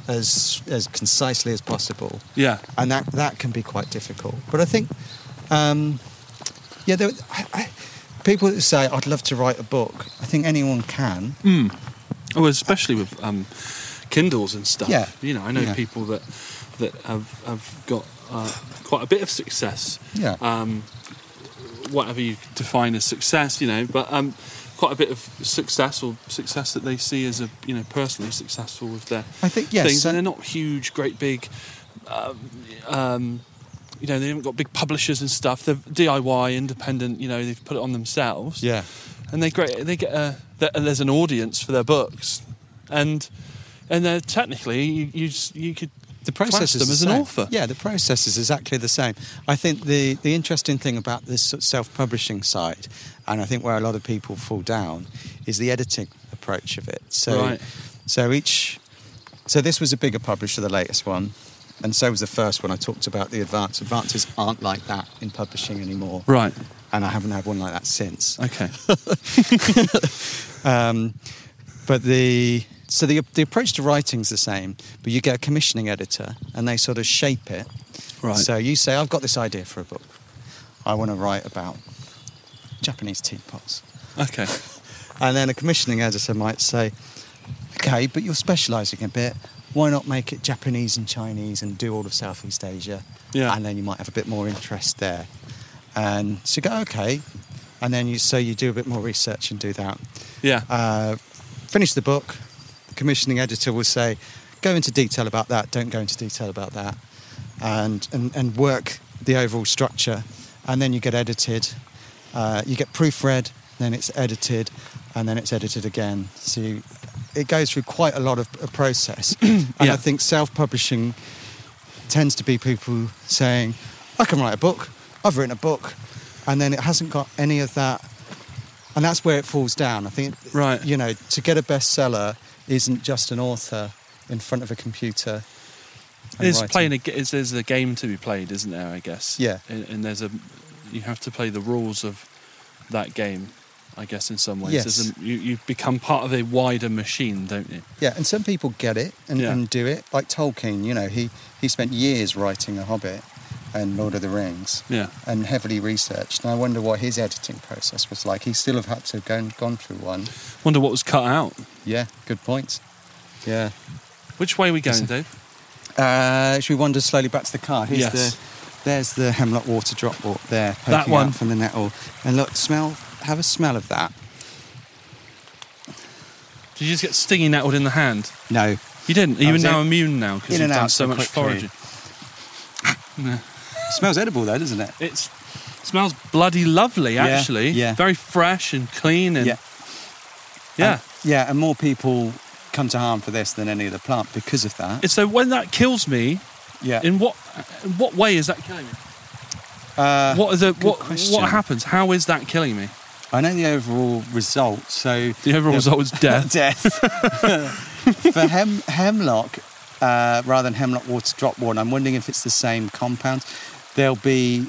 S2: as as concisely as possible
S1: Yeah.
S2: and that that can be quite difficult. But I think, um, yeah, there, I, I, people that say I'd love to write a book, I think anyone can.
S1: Oh, especially with um, Kindles and stuff.
S2: Yeah.
S1: You know, I know
S2: Yeah.
S1: people that that have have got uh, quite a bit of success.
S2: Yeah.
S1: Um, whatever you define as success, you know, but um, quite a bit of success or success that they see as a you know personally successful with their
S2: I think yes,
S1: things, and
S2: uh,
S1: they're not huge, great, big. Um, um, you know, they haven't got big publishers and stuff. They're DIY, independent. You know, they've put it on themselves.
S2: yeah,
S1: and they great. They get a th- there's an audience for their books, and and they're technically you you, just, you could
S2: the process
S1: class
S2: is
S1: them
S2: the
S1: as an
S2: same.
S1: author.
S2: Yeah, the process is exactly the same. I think the the interesting thing about this sort of self-publishing side, and I think where a lot of people fall down, is the editing approach of it. So,
S1: Right.
S2: so each, so this was a bigger publisher, the latest one. And so was the first one I talked about the advance. Advances aren't like that in publishing anymore.
S1: right.
S2: and I haven't had one like that since.
S1: Okay.
S2: Um, but the so the the approach to writing's the same, but you get a commissioning editor and they sort of shape it.
S1: Right.
S2: So you say, I've got this idea for a book. I want to write about Japanese teapots,
S1: okay.
S2: and then a commissioning editor might say, Okay, but you're specialising a bit. why not make it Japanese and Chinese and do all of Southeast Asia?
S1: Yeah.
S2: And then you might have a bit more interest there. And so you go, okay. And then you, so you do a bit more research and do that.
S1: Yeah.
S2: Uh, finish the book. The commissioning editor will say, go into detail about that, don't go into detail about that, and, and, and work the overall structure. And then you get edited, uh, you get proofread, then it's edited, and then it's edited again. So you, it goes through quite a lot of a process. and
S1: Yeah.
S2: I think self publishing tends to be people saying, I can write a book, I've written a book, and then it hasn't got any of that. And that's where it falls down. I think,
S1: Right.
S2: you know, to get a bestseller isn't just an author in front of a computer. and
S1: It's
S2: writing.
S1: playing a, g- it's, there's a game to be played, isn't there? I guess.
S2: Yeah.
S1: And, and there's a you have to play the rules of that game. I guess in some ways,
S2: Yes.
S1: There's a- you you become part of a wider machine, don't you?
S2: Yeah, and some people get it and,
S1: Yeah.
S2: and do it. Like Tolkien, you know, he, he spent years writing A Hobbit and Lord of the Rings.
S1: Yeah.
S2: And heavily researched, and I wonder what his editing process was like. He still have had to have gone, gone through one.
S1: Wonder what was cut out.
S2: Yeah, good point. Yeah.
S1: Which way are we going, Dave?
S2: Uh, should we wander slowly back to the car? Here's
S1: Yes.
S2: the, there's the hemlock water drop walk there, poking
S1: That one.
S2: out from the nettle. And look, smell, have a smell of that.
S1: Did you just get stinging nettled in the hand?
S2: No,
S1: You didn't. Are you
S2: was
S1: now
S2: it.
S1: immune now because
S2: In
S1: you've
S2: and
S1: done
S2: out
S1: so
S2: so
S1: much
S2: quickly.
S1: foraging. Yeah.
S2: smells edible though, doesn't it?
S1: It's smells bloody lovely,
S2: Yeah,
S1: actually.
S2: yeah.
S1: Very fresh and clean, and yeah,
S2: And- yeah, and more people come to harm for this than any other plant because of that.
S1: And so when that kills me,
S2: yeah,
S1: in what in what way is that killing me?
S2: uh,
S1: What are the
S2: good
S1: what
S2: question.
S1: what happens? How is that killing me?
S2: I know the overall result. So
S1: The overall result was death.
S2: death. For hem, hemlock, uh, rather than hemlock water drop one, I'm wondering if it's the same compound. There'll be.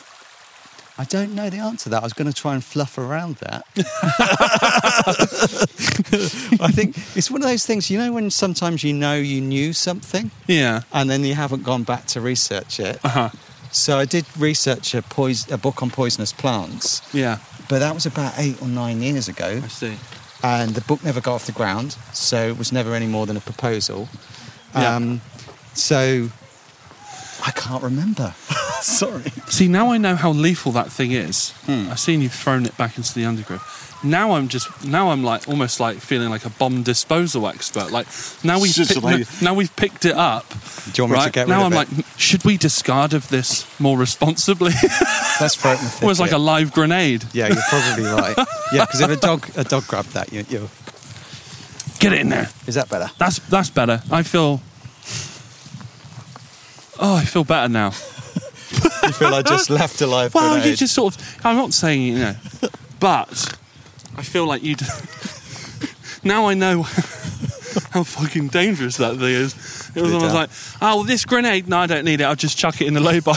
S2: I don't know the answer to that. I was going to try and fluff around that. I think it's one of those things, you know, when sometimes you know you knew something
S1: yeah.
S2: and then you haven't gone back to research it.
S1: Uh-huh.
S2: So I did research a, pois- a book on poisonous plants,
S1: Yeah.
S2: but that was about eight or nine years ago
S1: I see.
S2: and the book never got off the ground, so it was never any more than a proposal.
S1: Yeah.
S2: Um, so I can't remember. Sorry.
S1: See, now I know how lethal that thing is.
S2: Hmm.
S1: I've seen you've thrown it back into the undergrowth. Now I'm just now I'm like almost like feeling like a bomb disposal expert. Like now we've
S2: Just
S1: picked,
S2: like-
S1: now we've picked it up.
S2: Do you want me to
S1: right?
S2: get rid
S1: now I'm
S2: of it?
S1: like, should we discard of this more responsibly?
S2: That's right. in the
S1: Almost like
S2: thicket.
S1: a live grenade.
S2: Yeah, you're probably right. Yeah, because if a dog a dog grabbed that, you, you
S1: Get it in there.
S2: is that better?
S1: That's that's better. I feel. Oh, I feel better now.
S2: You feel I just left a live
S1: Well, you
S2: grenade?
S1: just sort of. I'm not saying you know, but I feel like you. now I know how fucking dangerous that thing is. It was
S2: it
S1: almost
S2: down.
S1: like, oh, well, this grenade. No, I don't need it. I'll just chuck it in the lay-by.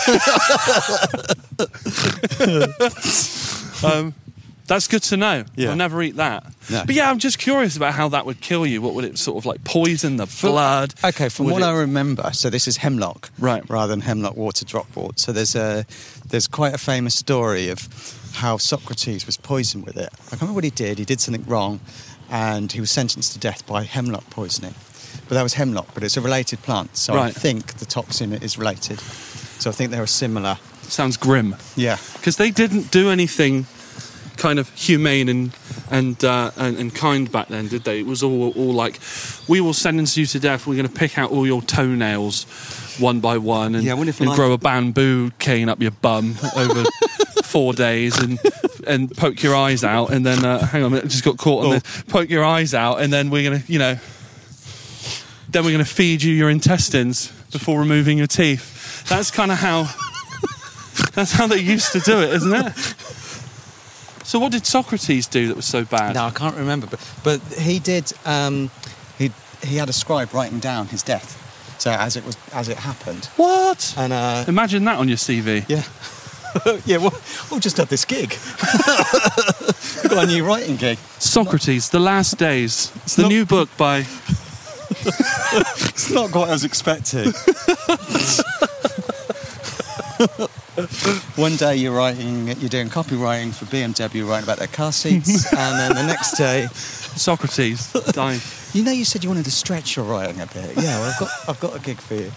S1: um, that's good to know.
S2: Yeah.
S1: I'll never eat that.
S2: No.
S1: But yeah, I'm just curious about how that would kill you. What would it sort of like poison the blood?
S2: Okay, from
S1: Would
S2: what
S1: it-
S2: I remember, so this is hemlock,
S1: Right.
S2: Rather than hemlock water dropwort. So there's a there's quite a famous story of how Socrates was poisoned with it. I can't remember what he did. He did something wrong, and he was sentenced to death by hemlock poisoning. But that was hemlock, but it's a related plant, so I
S1: Right.
S2: think the toxin is related. So I think they were similar.
S1: sounds grim.
S2: Yeah,
S1: because they didn't do anything kind of humane and and, uh, and and kind back then, did they? It was all all like, we will sentence you to death. We're going to pick out all your toenails one by one, and,
S2: Yeah, I wonder if
S1: and
S2: life-
S1: grow a bamboo cane up your bum over four days, and and poke your eyes out, and then uh, hang on, a minute, I just got caught on
S2: Oh.
S1: this. Poke your eyes out, and then we're gonna, you know, then we're gonna feed you your intestines before removing your teeth. That's kind of how. That's how they used to do it, isn't it? So, what did Socrates do that was so bad?
S2: no, I can't remember, but but he did. Um, he he had a scribe writing down his death, so as it was as it happened,
S1: What?
S2: and. Uh,
S1: Imagine that on your CV.
S2: Yeah. yeah, well, we'll just have this gig. We've got a new writing gig.
S1: Socrates, The Last Days, the
S2: not-
S1: new book by.
S2: It's not quite as expected. One day you're writing, you're doing copywriting for BMW, writing about their car seats, and then the next day
S1: Socrates dying.
S2: You know, you said you wanted to stretch your writing a bit. Yeah, well, I've got, I've got a gig for you.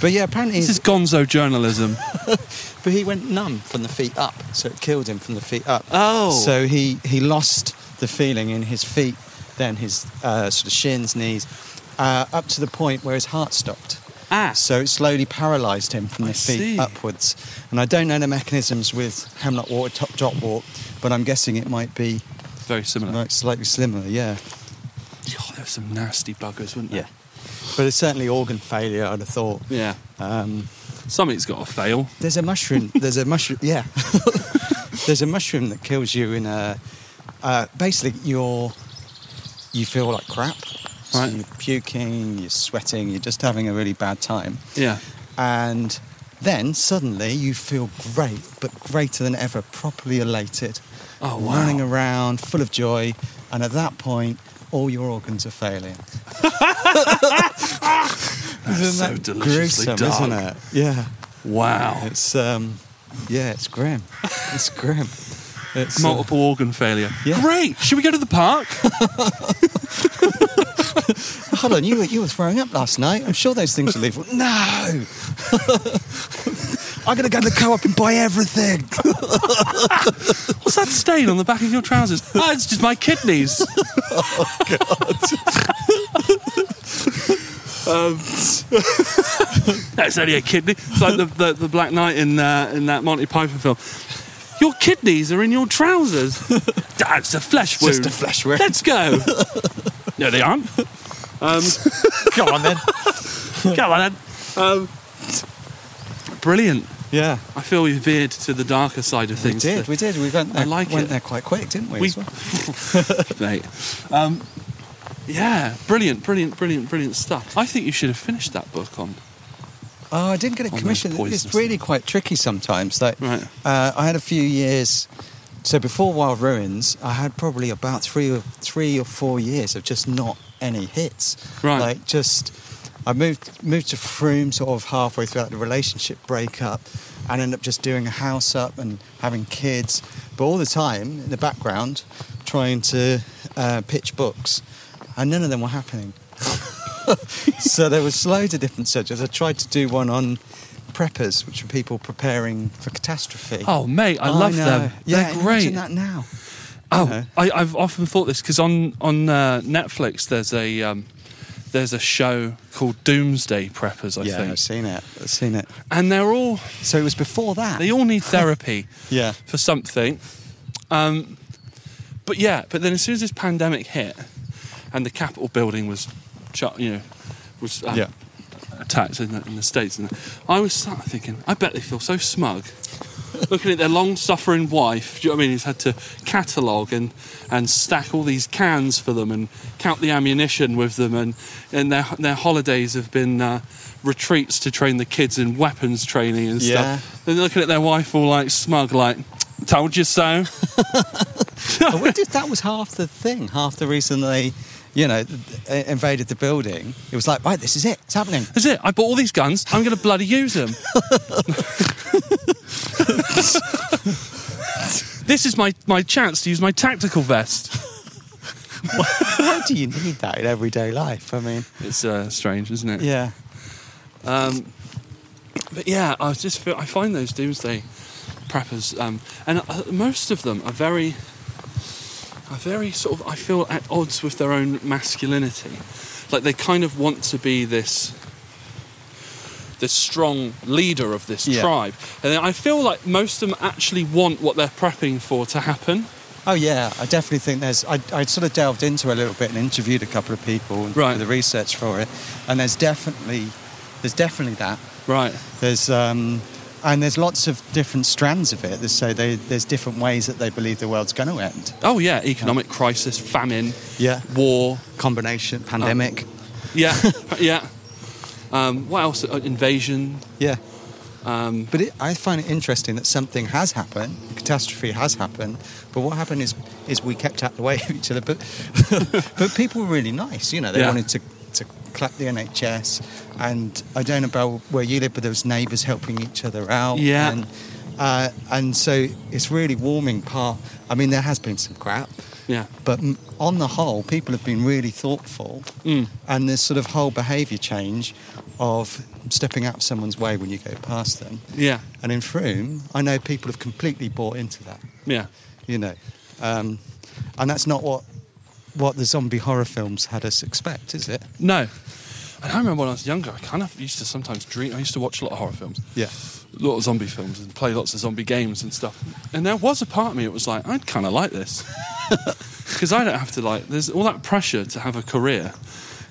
S2: But yeah, apparently,
S1: This is gonzo journalism.
S2: but he went numb from the feet up, so it killed him from the feet up.
S1: Oh.
S2: so he he lost the feeling in his feet, then his uh, sort of shins, knees, uh, up to the point where his heart stopped.
S1: Ah.
S2: So it slowly paralysed him from
S1: I
S2: the feet
S1: see.
S2: upwards. And I don't know the mechanisms with Hamlet Water Top Drop Walk, but I'm guessing it might be
S1: Very similar.
S2: like slightly slimmer. Yeah.
S1: God, there were some nasty buggers, weren't there?
S2: Yeah. But it's certainly organ failure, I'd have thought.
S1: Yeah.
S2: Um,
S1: Something's got to fail.
S2: there's a mushroom. There's a mushroom. Yeah. there's a mushroom that kills you in a. Uh, basically, you're. You feel like crap. So
S1: Right.
S2: you're puking, you're sweating, you're just having a really bad time.
S1: Yeah.
S2: And then suddenly you feel great, but greater than ever, properly elated.
S1: Oh, wow.
S2: Running around, full of joy. And at that point, all your organs are failing.
S1: That's so
S2: that
S1: deliciously
S2: gruesome,
S1: dark.
S2: isn't it? Yeah,
S1: Wow.
S2: it's um, yeah, it's grim. It's grim. It's uh,
S1: Multiple organ failure.
S2: Yeah.
S1: Great. Should we go to the park?
S2: hold on, you were, you were throwing up last night. I'm sure those things are lethal. No, I'm gonna go to the co-op and buy everything.
S1: What's that stain on the back of your trousers? Ah, it's just my kidneys.
S2: Oh,
S1: um, that's only a kidney. It's like the, the, the Black Knight in, uh, in that Monty Python film. Your kidneys are in your trousers. That's a flesh wound.
S2: Just a flesh wound.
S1: Let's go. no, they aren't. Um,
S2: Come on then.
S1: come on, then. Um, brilliant.
S2: Yeah,
S1: I feel we veered to the darker side of
S2: we
S1: things.
S2: did. We did. We went there.
S1: I like
S2: went
S1: it.
S2: there quite quick, didn't we?
S1: We-
S2: as well?
S1: mate. Um, yeah, brilliant, brilliant, brilliant, brilliant stuff. I think you should have finished that book on.
S2: Oh, I didn't get a
S1: those
S2: commission. It's
S1: poisonous
S2: really quite tricky sometimes. Like,
S1: Right.
S2: uh, I had a few years. So before Wild Ruins, I had probably about three or three or four years of just not any hits.
S1: Right.
S2: Like just, I moved moved to Froome sort of halfway throughout the relationship breakup, and ended up just doing a house up and having kids, but all the time in the background, trying to uh, pitch books, and none of them were happening so there was loads of different subjects. I tried to do one on preppers, which are people preparing for catastrophe.
S1: Oh, mate, I love
S2: know.
S1: them.
S2: Yeah,
S1: They're
S2: imagine
S1: great.
S2: that now.
S1: Oh, I, I've often thought this because on on uh, Netflix there's a um, there's a show called Doomsday Preppers, I
S2: yeah,
S1: think,
S2: I've seen it. I've seen it.
S1: and they're all
S2: So it was before that.
S1: they all need therapy.
S2: yeah.
S1: for something. Um, but yeah, but then as soon as this pandemic hit, and the Capitol building was, chu- you know, was um,
S2: Yeah.
S1: attacked in the, in the states, and I was sat thinking, I bet they feel so smug. Looking at their long-suffering wife, do you know what I mean? Who's had to catalogue and, and stack all these cans for them, and count the ammunition with them, and, and their their holidays have been uh, retreats to train the kids in weapons training and
S2: Yeah.
S1: stuff. They're looking at their wife all like smug, like, told you so.
S2: I wonder if that was half the thing, half the reason they, you know, th- invaded the building. It was like, right, this is it. It's happening.
S1: That's it. I bought all these guns. I'm going to bloody use them. this is my, my chance to use my tactical vest.
S2: Why do you need that in everyday life? I mean,
S1: It's uh, strange, isn't it?
S2: yeah.
S1: Um, but yeah, I was just feel, I find those doomsday preppers, um, and uh, most of them are very, are very sort of I feel at odds with their own masculinity. Like they kind of want to be this, this strong leader of this
S2: Yeah.
S1: tribe, and then I feel like most of them actually want what they're prepping for to happen.
S2: Oh yeah, I definitely think there's. I, I sort of delved into it a little bit and interviewed a couple of people and
S1: Right.
S2: for the research for it, and there's definitely, there's definitely that.
S1: Right.
S2: There's um, and there's lots of different strands of it. There's- So they, there's different ways that they believe the world's going to end.
S1: Oh yeah, economic crisis, famine,
S2: Yeah,
S1: war,
S2: combination pandemic.
S1: Yeah, yeah. Um, what else? Uh, invasion.
S2: Yeah,
S1: Um,
S2: but it, I find it interesting that something has happened, catastrophe has happened. But what happened is is we kept out the way of each other. But but people were really nice. You know, they
S1: Yeah.
S2: wanted to to clap the NHS, and I don't know about where you live, but there was neighbours helping each other out.
S1: Yeah.
S2: And, uh, and so it's really warming part. I mean, there has been some crap,
S1: Yeah.
S2: But mm, on the whole, people have been really thoughtful,
S1: Mm.
S2: and this sort of whole behaviour change of stepping out of someone's way when you go past them.
S1: Yeah.
S2: And in Froome, I know people have completely bought into that,
S1: Yeah.
S2: you know, um, and that's not what what the zombie horror films had us expect, is it?
S1: No. And I remember when I was younger, I kind of used to sometimes dream. I used to watch a lot of horror films,
S2: Yeah.
S1: a lot of zombie films, and play lots of zombie games and stuff. And there was a part of me that was like, I'd kind of like this. Because I don't have to, like, there's all that pressure to have a career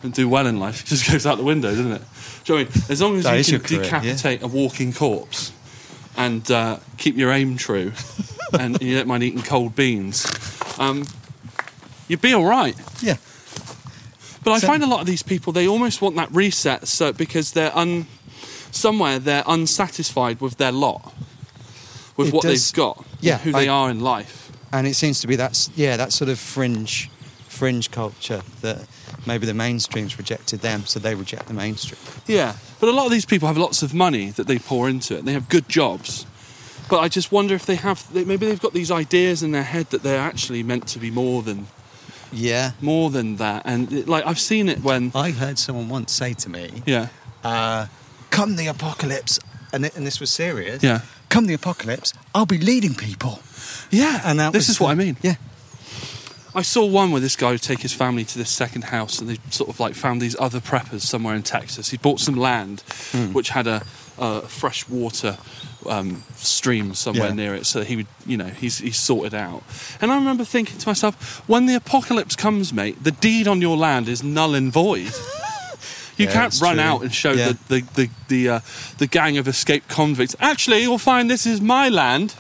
S1: and do well in life. It just goes out the window, doesn't it? Do you know what I mean? As long as
S2: That is
S1: you
S2: your
S1: can
S2: career, yeah.
S1: decapitate a walking corpse and uh, keep your aim true and you don't mind eating cold beans, um, you'd be all right.
S2: Yeah.
S1: But I
S2: So-
S1: find a lot of these people they almost want that reset, so because they're un somewhere they're unsatisfied with their lot, with
S2: It
S1: what
S2: does-
S1: they've got, with
S2: yeah,
S1: who they
S2: I-
S1: are in life.
S2: and it seems to be that's yeah that sort of fringe fringe culture that maybe the mainstreams rejected them so they reject the mainstream
S1: Yeah, but a lot of these people have lots of money that they pour into it, and they have good jobs. But I just wonder if they have they, maybe they've got these ideas in their head that they're actually meant to be more than
S2: yeah
S1: more than that. And it, like I've seen it when
S2: i heard someone once say to me
S1: yeah
S2: uh, come the apocalypse and, it, and this was serious
S1: Yeah.
S2: come the apocalypse i'll be leading people
S1: yeah,
S2: and that
S1: this
S2: was
S1: is what
S2: the-
S1: I mean.
S2: yeah
S1: I saw one where this guy would take his family to this second house and they sort of like found these other preppers somewhere in Texas. He bought some land
S2: Hmm.
S1: which had a, a fresh water um, stream somewhere
S2: Yeah.
S1: near it so he would, you know, he's, he's sorted out. And I remember thinking to myself, when the apocalypse comes, mate, the deed on your land is null and void. You
S2: Yeah,
S1: can't
S2: it's
S1: run
S2: true.
S1: out and show
S2: Yeah.
S1: the, the, the, the, uh, the gang of escaped convicts. Actually, you'll find this is my land.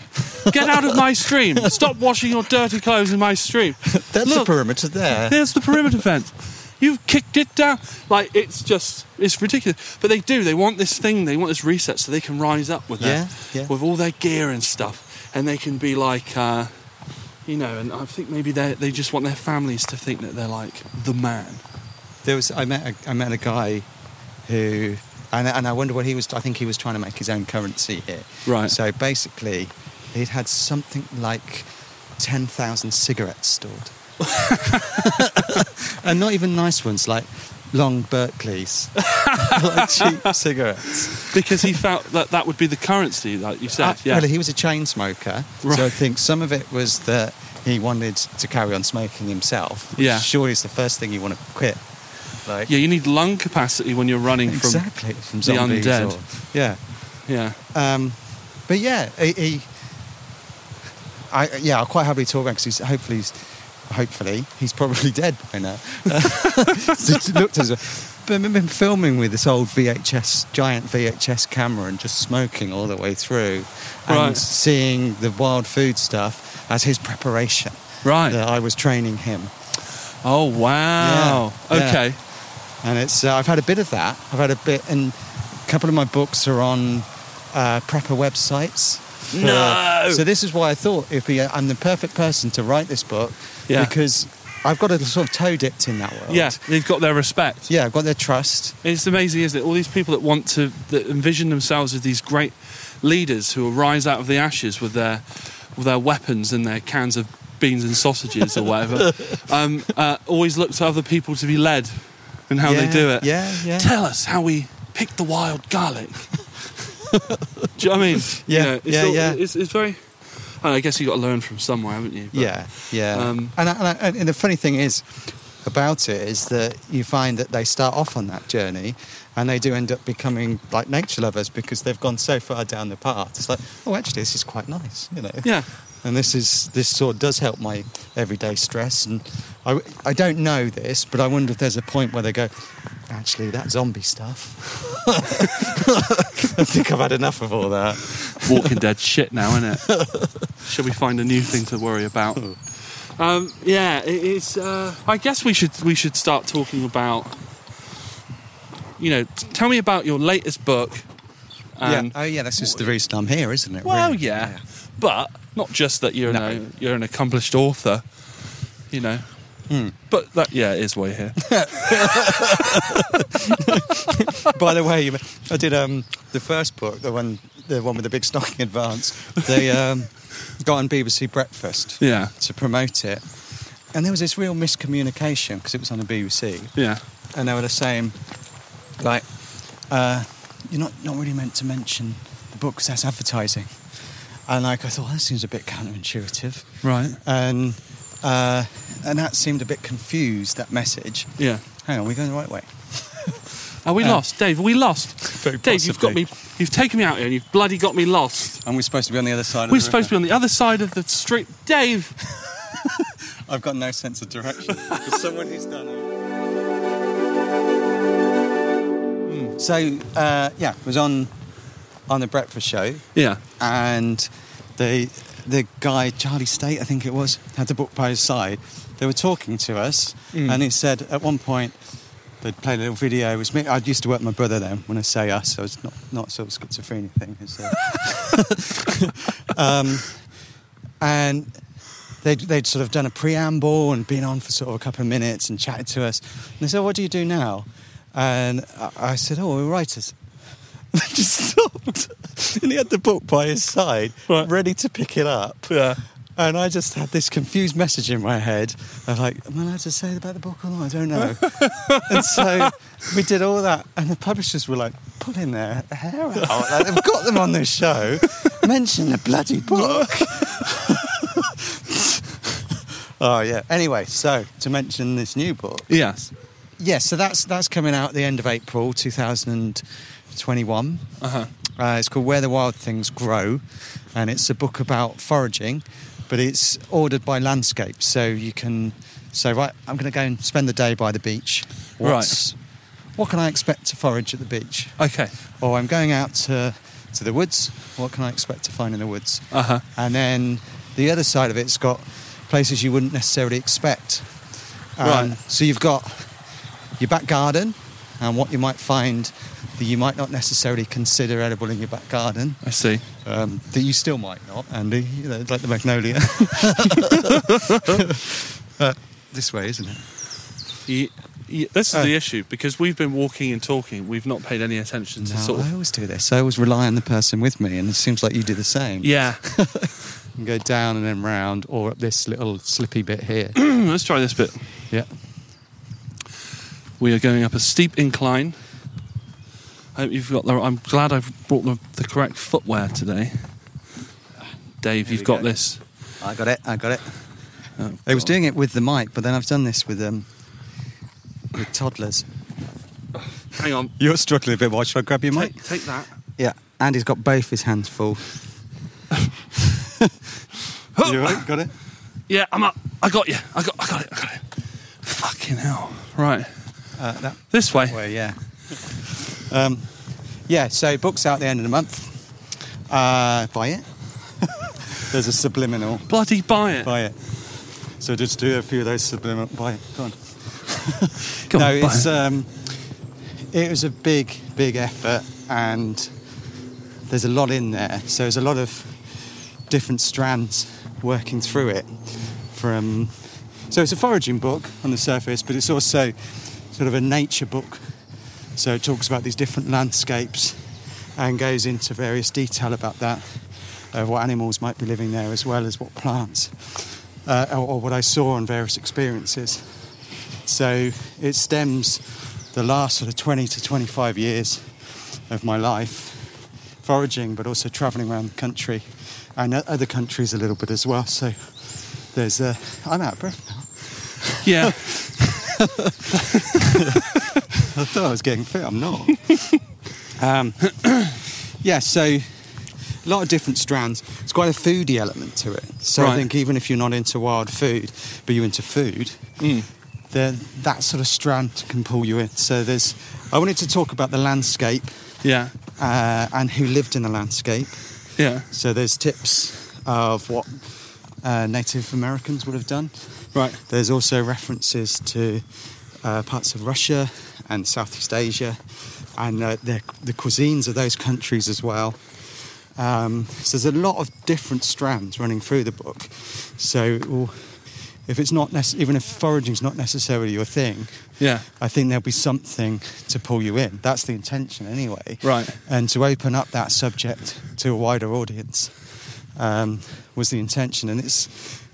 S1: Get out of my stream. Stop washing your dirty clothes in my stream.
S2: that's the
S1: Look,
S2: perimeter there
S1: there's the perimeter fence. You've kicked it down. Like it's just it's ridiculous. But they do. They want this thing. They want this reset so they can rise up with their-
S2: Yeah, yeah.
S1: with all their gear and stuff, and they can be like. Uh, you know, and I think maybe they they just want their families to think that they're like the man.
S2: there was i met a, I met a guy who and, and i wonder what he was i think he was trying to make his own currency here
S1: Right.
S2: so basically he'd had something like 10,000 cigarettes stored and not even nice ones like long berkeleys like cheap cigarettes
S1: Because he felt that that would be the currency, like you said.
S2: Uh,
S1: yeah.
S2: well he was a chain smoker
S1: Right.
S2: so i think some of it was that he wanted to carry on smoking himself which
S1: Yeah.
S2: surely is the first thing you want to quit like
S1: yeah, you need lung capacity when you're running
S2: exactly from,
S1: the
S2: zombies
S1: undead.
S2: or- yeah
S1: from. Yeah.
S2: Um, but yeah, he, he I, yeah, I'll quite happily talk about because he's hopefully, he's, hopefully he's probably dead by now. Just looked as but I remember him filming with this old VHS, giant VHS camera, and just smoking all the way through, and
S1: Right.
S2: seeing the wild food stuff as his preparation.
S1: Right.
S2: That I was training him,
S1: Oh wow.
S2: Yeah, yeah.
S1: Okay.
S2: and it's uh, I've had a bit of that. I've had a bit, and a couple of my books are on uh, prepper websites. for-
S1: No!
S2: So this is why I thought it'd be I'm the perfect person to write this book
S1: Yeah.
S2: because I've got a sort of toe dipped in that world.
S1: Yeah, they've got their respect.
S2: Yeah, I've got their trust.
S1: It's amazing, isn't it? All these people that want to that envision themselves as these great leaders who will rise out of the ashes with their with their weapons and their cans of beans and sausages or whatever, um, uh, always look to other people to be led and how they
S2: Yeah,
S1: do it.
S2: yeah, yeah.
S1: Tell us how we pick the wild garlic. do you know what I mean?
S2: Yeah,
S1: it's
S2: yeah, yeah.
S1: It's, it's very. I, I guess you got to learn from somewhere, haven't you? But-
S2: yeah, yeah.
S1: um,
S2: and, I, and, I, and- and the funny thing is about it is that you find that they start off on that journey and they do end up becoming like nature lovers because they've gone so far down the path. It's like, oh, actually, this is quite nice, you know.
S1: Yeah.
S2: And this is this sort of does help my everyday stress. And I, I don't know this, but I wonder if there's a point where they go, actually, that zombie stuff. I think I've had enough of all that.
S1: Walking Dead shit now, isn't it? Shall we find a new thing to worry about? Um, yeah, it- it's. Uh, I guess we should we should start talking about. You know, t- tell me about your latest book. And,
S2: yeah. Oh, yeah. That's just the reason I'm here, isn't it?
S1: Well,
S2: really?
S1: yeah, but not just that you're
S2: No.
S1: an, you're an accomplished author. You know.
S2: Hmm.
S1: But that yeah, it is why you're here.
S2: By the way, you- I did um, the first book, the one, the one with the big stocking advance. They um, got on BBC Breakfast
S1: yeah.
S2: to promote it, and there was this real miscommunication because it was on the BBC,
S1: Yeah.
S2: and they were the same, like, uh, you're not, not really meant to mention the book 'cause that's advertising. And like, I thought, that seems a bit counterintuitive.
S1: Right.
S2: And, uh, and that seemed a bit confused, that message.
S1: Yeah.
S2: Hang on, we're going the right way.
S1: Are we
S2: Um,
S1: lost, Dave? Are we lost?
S2: very
S1: Dave, you've got
S2: possibly.
S1: me. You've taken me out here, and you've bloody got me lost.
S2: And we're supposed to be on the other side
S1: We're
S2: of the
S1: supposed to be on the other side of the street, Dave.
S2: be. I've got no sense of direction. For someone who's done it. So, uh, yeah, it was on, on the breakfast show.
S1: Yeah.
S2: and the the guy Charlie State, I think it was, had the book by his side. They were talking to us, and he said at one point they'd played a little video. It was me. I used to work with my brother then. When I say us, I was not not sort of schizophrenia thing. It's, uh, um, and they'd, they'd sort of done a preamble and been on for sort of a couple of minutes and chatted to us. And they said, "What do you do now?" And I, I said, "Oh, we're writers." They just stopped, and he had the book by his side,
S1: Right.
S2: ready to pick it up.
S1: Yeah.
S2: And I just had this confused message in my head of like, am I allowed to say about the book or not? I don't know. and so we did all that, and the publishers were like pulling their hair out. Like, they've got them on this show. Mention the bloody book. oh yeah. Anyway, so to mention this new book.
S1: Yes.
S2: Yeah, so that's that's coming out at the end of April 2021.
S1: Uh-huh.
S2: Uh, it's called Where the Wild Things Grow, and it's a book about foraging, but it's ordered by landscape. So you can say, right, I'm going to go and spend the day by the beach. What can I expect to forage at the beach?
S1: Okay.
S2: Or Oh, I'm going out to, to the woods. What can I expect to find in the woods?
S1: Uh huh.
S2: And then the other side of it's got places you wouldn't necessarily expect. Um,
S1: Right.
S2: So you've got your back garden and what you might find that you might not necessarily consider edible in your back garden,
S1: I see.
S2: um, that you still might not, Andy, you know, like the magnolia. Uh, this way, isn't it?
S1: Ye- ye- this is
S2: Uh.
S1: the issue because we've been walking and talking. We've not paid any attention to
S2: No,
S1: sort
S2: I
S1: of.
S2: always do this. I always rely on the person with me, and it seems like you do the same.
S1: Yeah.
S2: You can go down and then round, or up this little slippy bit here.
S1: Let's try this bit.
S2: yeah.
S1: We are going up a steep incline. I hope you've got the. I'm glad I've brought the, the correct footwear today. Dave,
S2: Here
S1: you've
S2: we
S1: got
S2: go.
S1: this.
S2: I got it. I got it.
S1: Oh,
S2: I was
S1: God.
S2: doing it with the mic, but then I've done this with um, with toddlers.
S1: Hang on.
S2: You're struggling a bit. Why should I grab your
S1: Take, take that.
S2: Yeah. Andy's got both his hands full. you all right? Got it.
S1: Yeah, I'm up. I got you. I got. I got it. I got it. Fucking hell. Right.
S2: Uh, that
S1: This way.
S2: way, yeah. Um, yeah. So books out the end of the month. Uh, buy it. There's a subliminal.
S1: Bloody buy it.
S2: Buy it. So just do a few of those subliminal. Buy it. Go on.
S1: Come
S2: no,
S1: on, buy
S2: it's
S1: it.
S2: um, it was a big, big effort, and there's a lot in there. So there's a lot of different strands working through it. From so it's a foraging book on the surface, but it's also sort of a nature book. So it talks about these different landscapes and goes into various detail about that, of what animals might be living there as well as what plants, uh, or- or what I saw on various experiences. So it stems the last sort of 20 to 25 years of my life foraging, but also traveling around the country and o- other countries a little bit as well. So there's a. I'm out of breath now.
S1: yeah.
S2: I thought I was getting fit. I'm not. um, yeah, so a lot of different strands. It's quite a foodie element to it. So
S1: Right.
S2: I think even if you're not into wild food, but you're into food, then that sort of strand can pull you in. So there's. I wanted to talk about the landscape
S1: Yeah.
S2: uh, and who lived in the landscape.
S1: Yeah.
S2: So there's tips of what uh, Native Americans would have done.
S1: Right.
S2: There's also references to uh, parts of Russia and Southeast Asia and uh, the, the cuisines of those countries as well. Um, so there's a lot of different strands running through the book. So it will, if it's not nec- even if foraging's not necessarily your thing,
S1: Yeah.
S2: I think there'll be something to pull you in. That's the intention, anyway.
S1: Right.
S2: And to open up that subject to a wider audience um, was the intention, and it's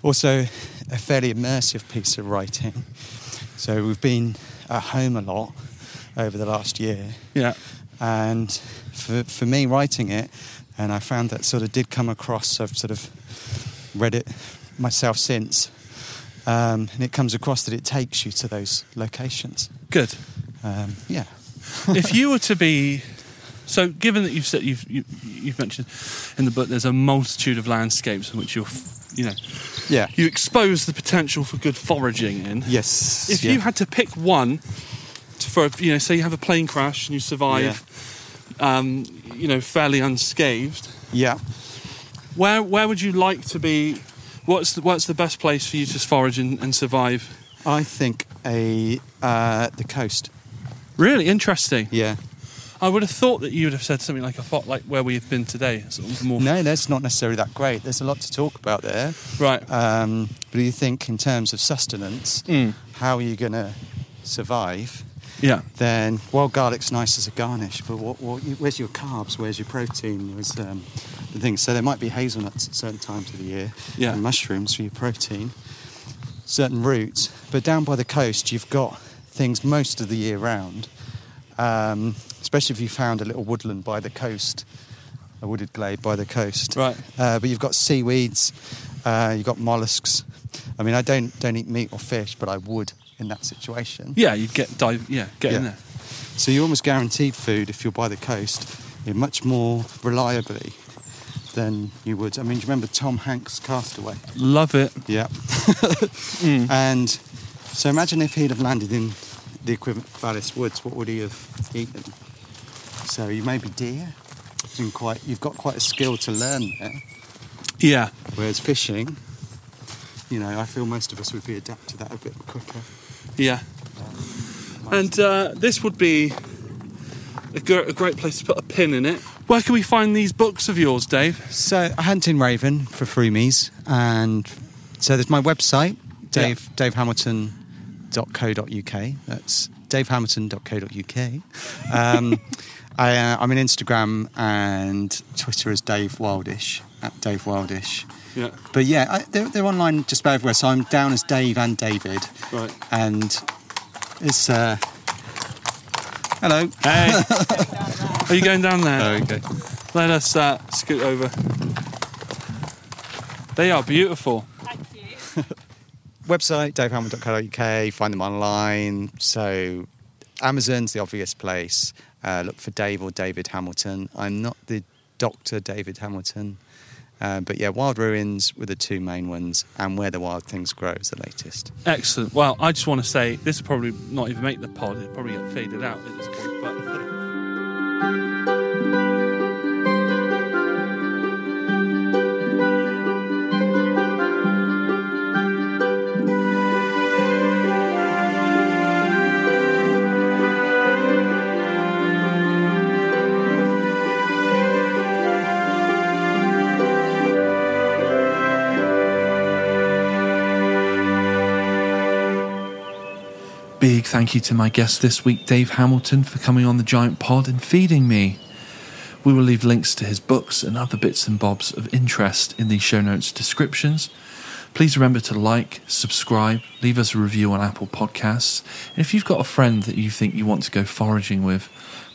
S2: Also, a fairly immersive piece of writing. So we've been at home a lot over the last year,
S1: Yeah.
S2: and for for me writing it, and I found that sort of did come across. I've sort of read it myself since, um, and it comes across that it takes you to those locations.
S1: Good.
S2: Um, yeah,
S1: if you were to be so given that you've said you've you, you've mentioned in the book there's a multitude of landscapes in which you're f- you know
S2: yeah,
S1: you expose the potential for good foraging in
S2: yes.
S1: if
S2: yeah.
S1: you had to pick one t- for you know say you have a plane crash and you survive um, you know fairly unscathed
S2: yeah,
S1: where where would you like to be what's the, what's the best place for you to forage and, and survive
S2: I think a uh, the coast.
S1: really interesting
S2: Yeah.
S1: i would have thought that you would have said something like a fo- like where we've been today sort of more
S2: No, that's not necessarily that great. There's a lot to talk about there.
S1: right
S2: Um, but you think in terms of sustenance,
S1: Mm.
S2: how are you going to survive?
S1: yeah
S2: Then wild garlic's nice as a garnish, but what, what, where's your carbs? Where's your protein? Where's um, the things? So there might be hazelnuts at certain times of the year,
S1: Yeah.
S2: and mushrooms for your protein, certain roots. But down by the coast, you've got things most of the year round. Um, especially if you found a little woodland by the coast, a wooded glade by the coast.
S1: Right.
S2: Uh, but you've got seaweeds, uh, you've got mollusks. I mean, I don't don't eat meat or fish, but I would in that situation.
S1: Yeah, you'd get dive. Yeah, get in
S2: Yeah.
S1: there.
S2: So you're almost guaranteed food if you're by the coast, you much more reliably than you would. I mean, do you remember Tom Hanks' Castaway?
S1: Love it.
S2: Yeah. And so imagine if he'd have landed in the equivalent of Alice Woods, what would he have eaten? So you may be deer. And quite, you've got quite a skill to learn there.
S1: Yeah,
S2: Whereas fishing, you know, I feel most of us would be adapt to that a bit quicker.
S1: yeah. And uh, this would be a, gr- a great place to put a pin in it. Where can we find these books of yours, Dave?
S2: So I hunt in Raven for Frumies, and so there's my website,
S1: Yeah.
S2: Dave davehamilton.co.uk. That's davehamilton.co.uk. Um, I, uh, I'm on Instagram and Twitter is Dave Wildish at Dave Wildish.
S1: Yeah.
S2: But yeah, I, they're, they're online just about everywhere. So I'm down as Dave and David,
S1: Right.
S2: and it's uh, hello.
S1: Hey, are you going down there?
S2: okay.
S1: Let us uh, scoot over. They are beautiful.
S3: Thank you.
S2: website davehamilton.co.uk find them online so amazon's the obvious place uh, look for dave or david hamilton i'm not the dr david hamilton uh, but yeah wild ruins were the two main ones and where the wild things grow is the latest
S1: Excellent. Well, I just want to say this will probably not even make the pod. It'll probably get faded out at this point. But
S4: Big thank you to my guest this week, Dave Hamilton, for coming on the Giant Pod and feeding me. We will leave links to his books and other bits and bobs of interest in the show notes descriptions. Please remember to like, subscribe, leave us a review on Apple Podcasts. And if you've got a friend that you think you want to go foraging with,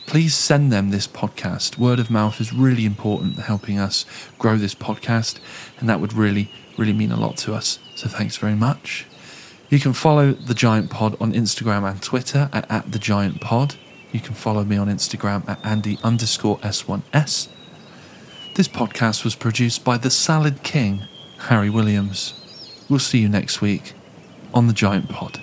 S4: please send them this podcast. Word of mouth is really important to helping us grow this podcast, and that would really, really mean a lot to us. So thanks very much. You can follow The Giant Pod on Instagram and Twitter at, at The Giant Pod. You can follow me on Instagram at Andy underscore S1S. This podcast was produced by The Salad King, Harry Williams. We'll see you next week on The Giant Pod.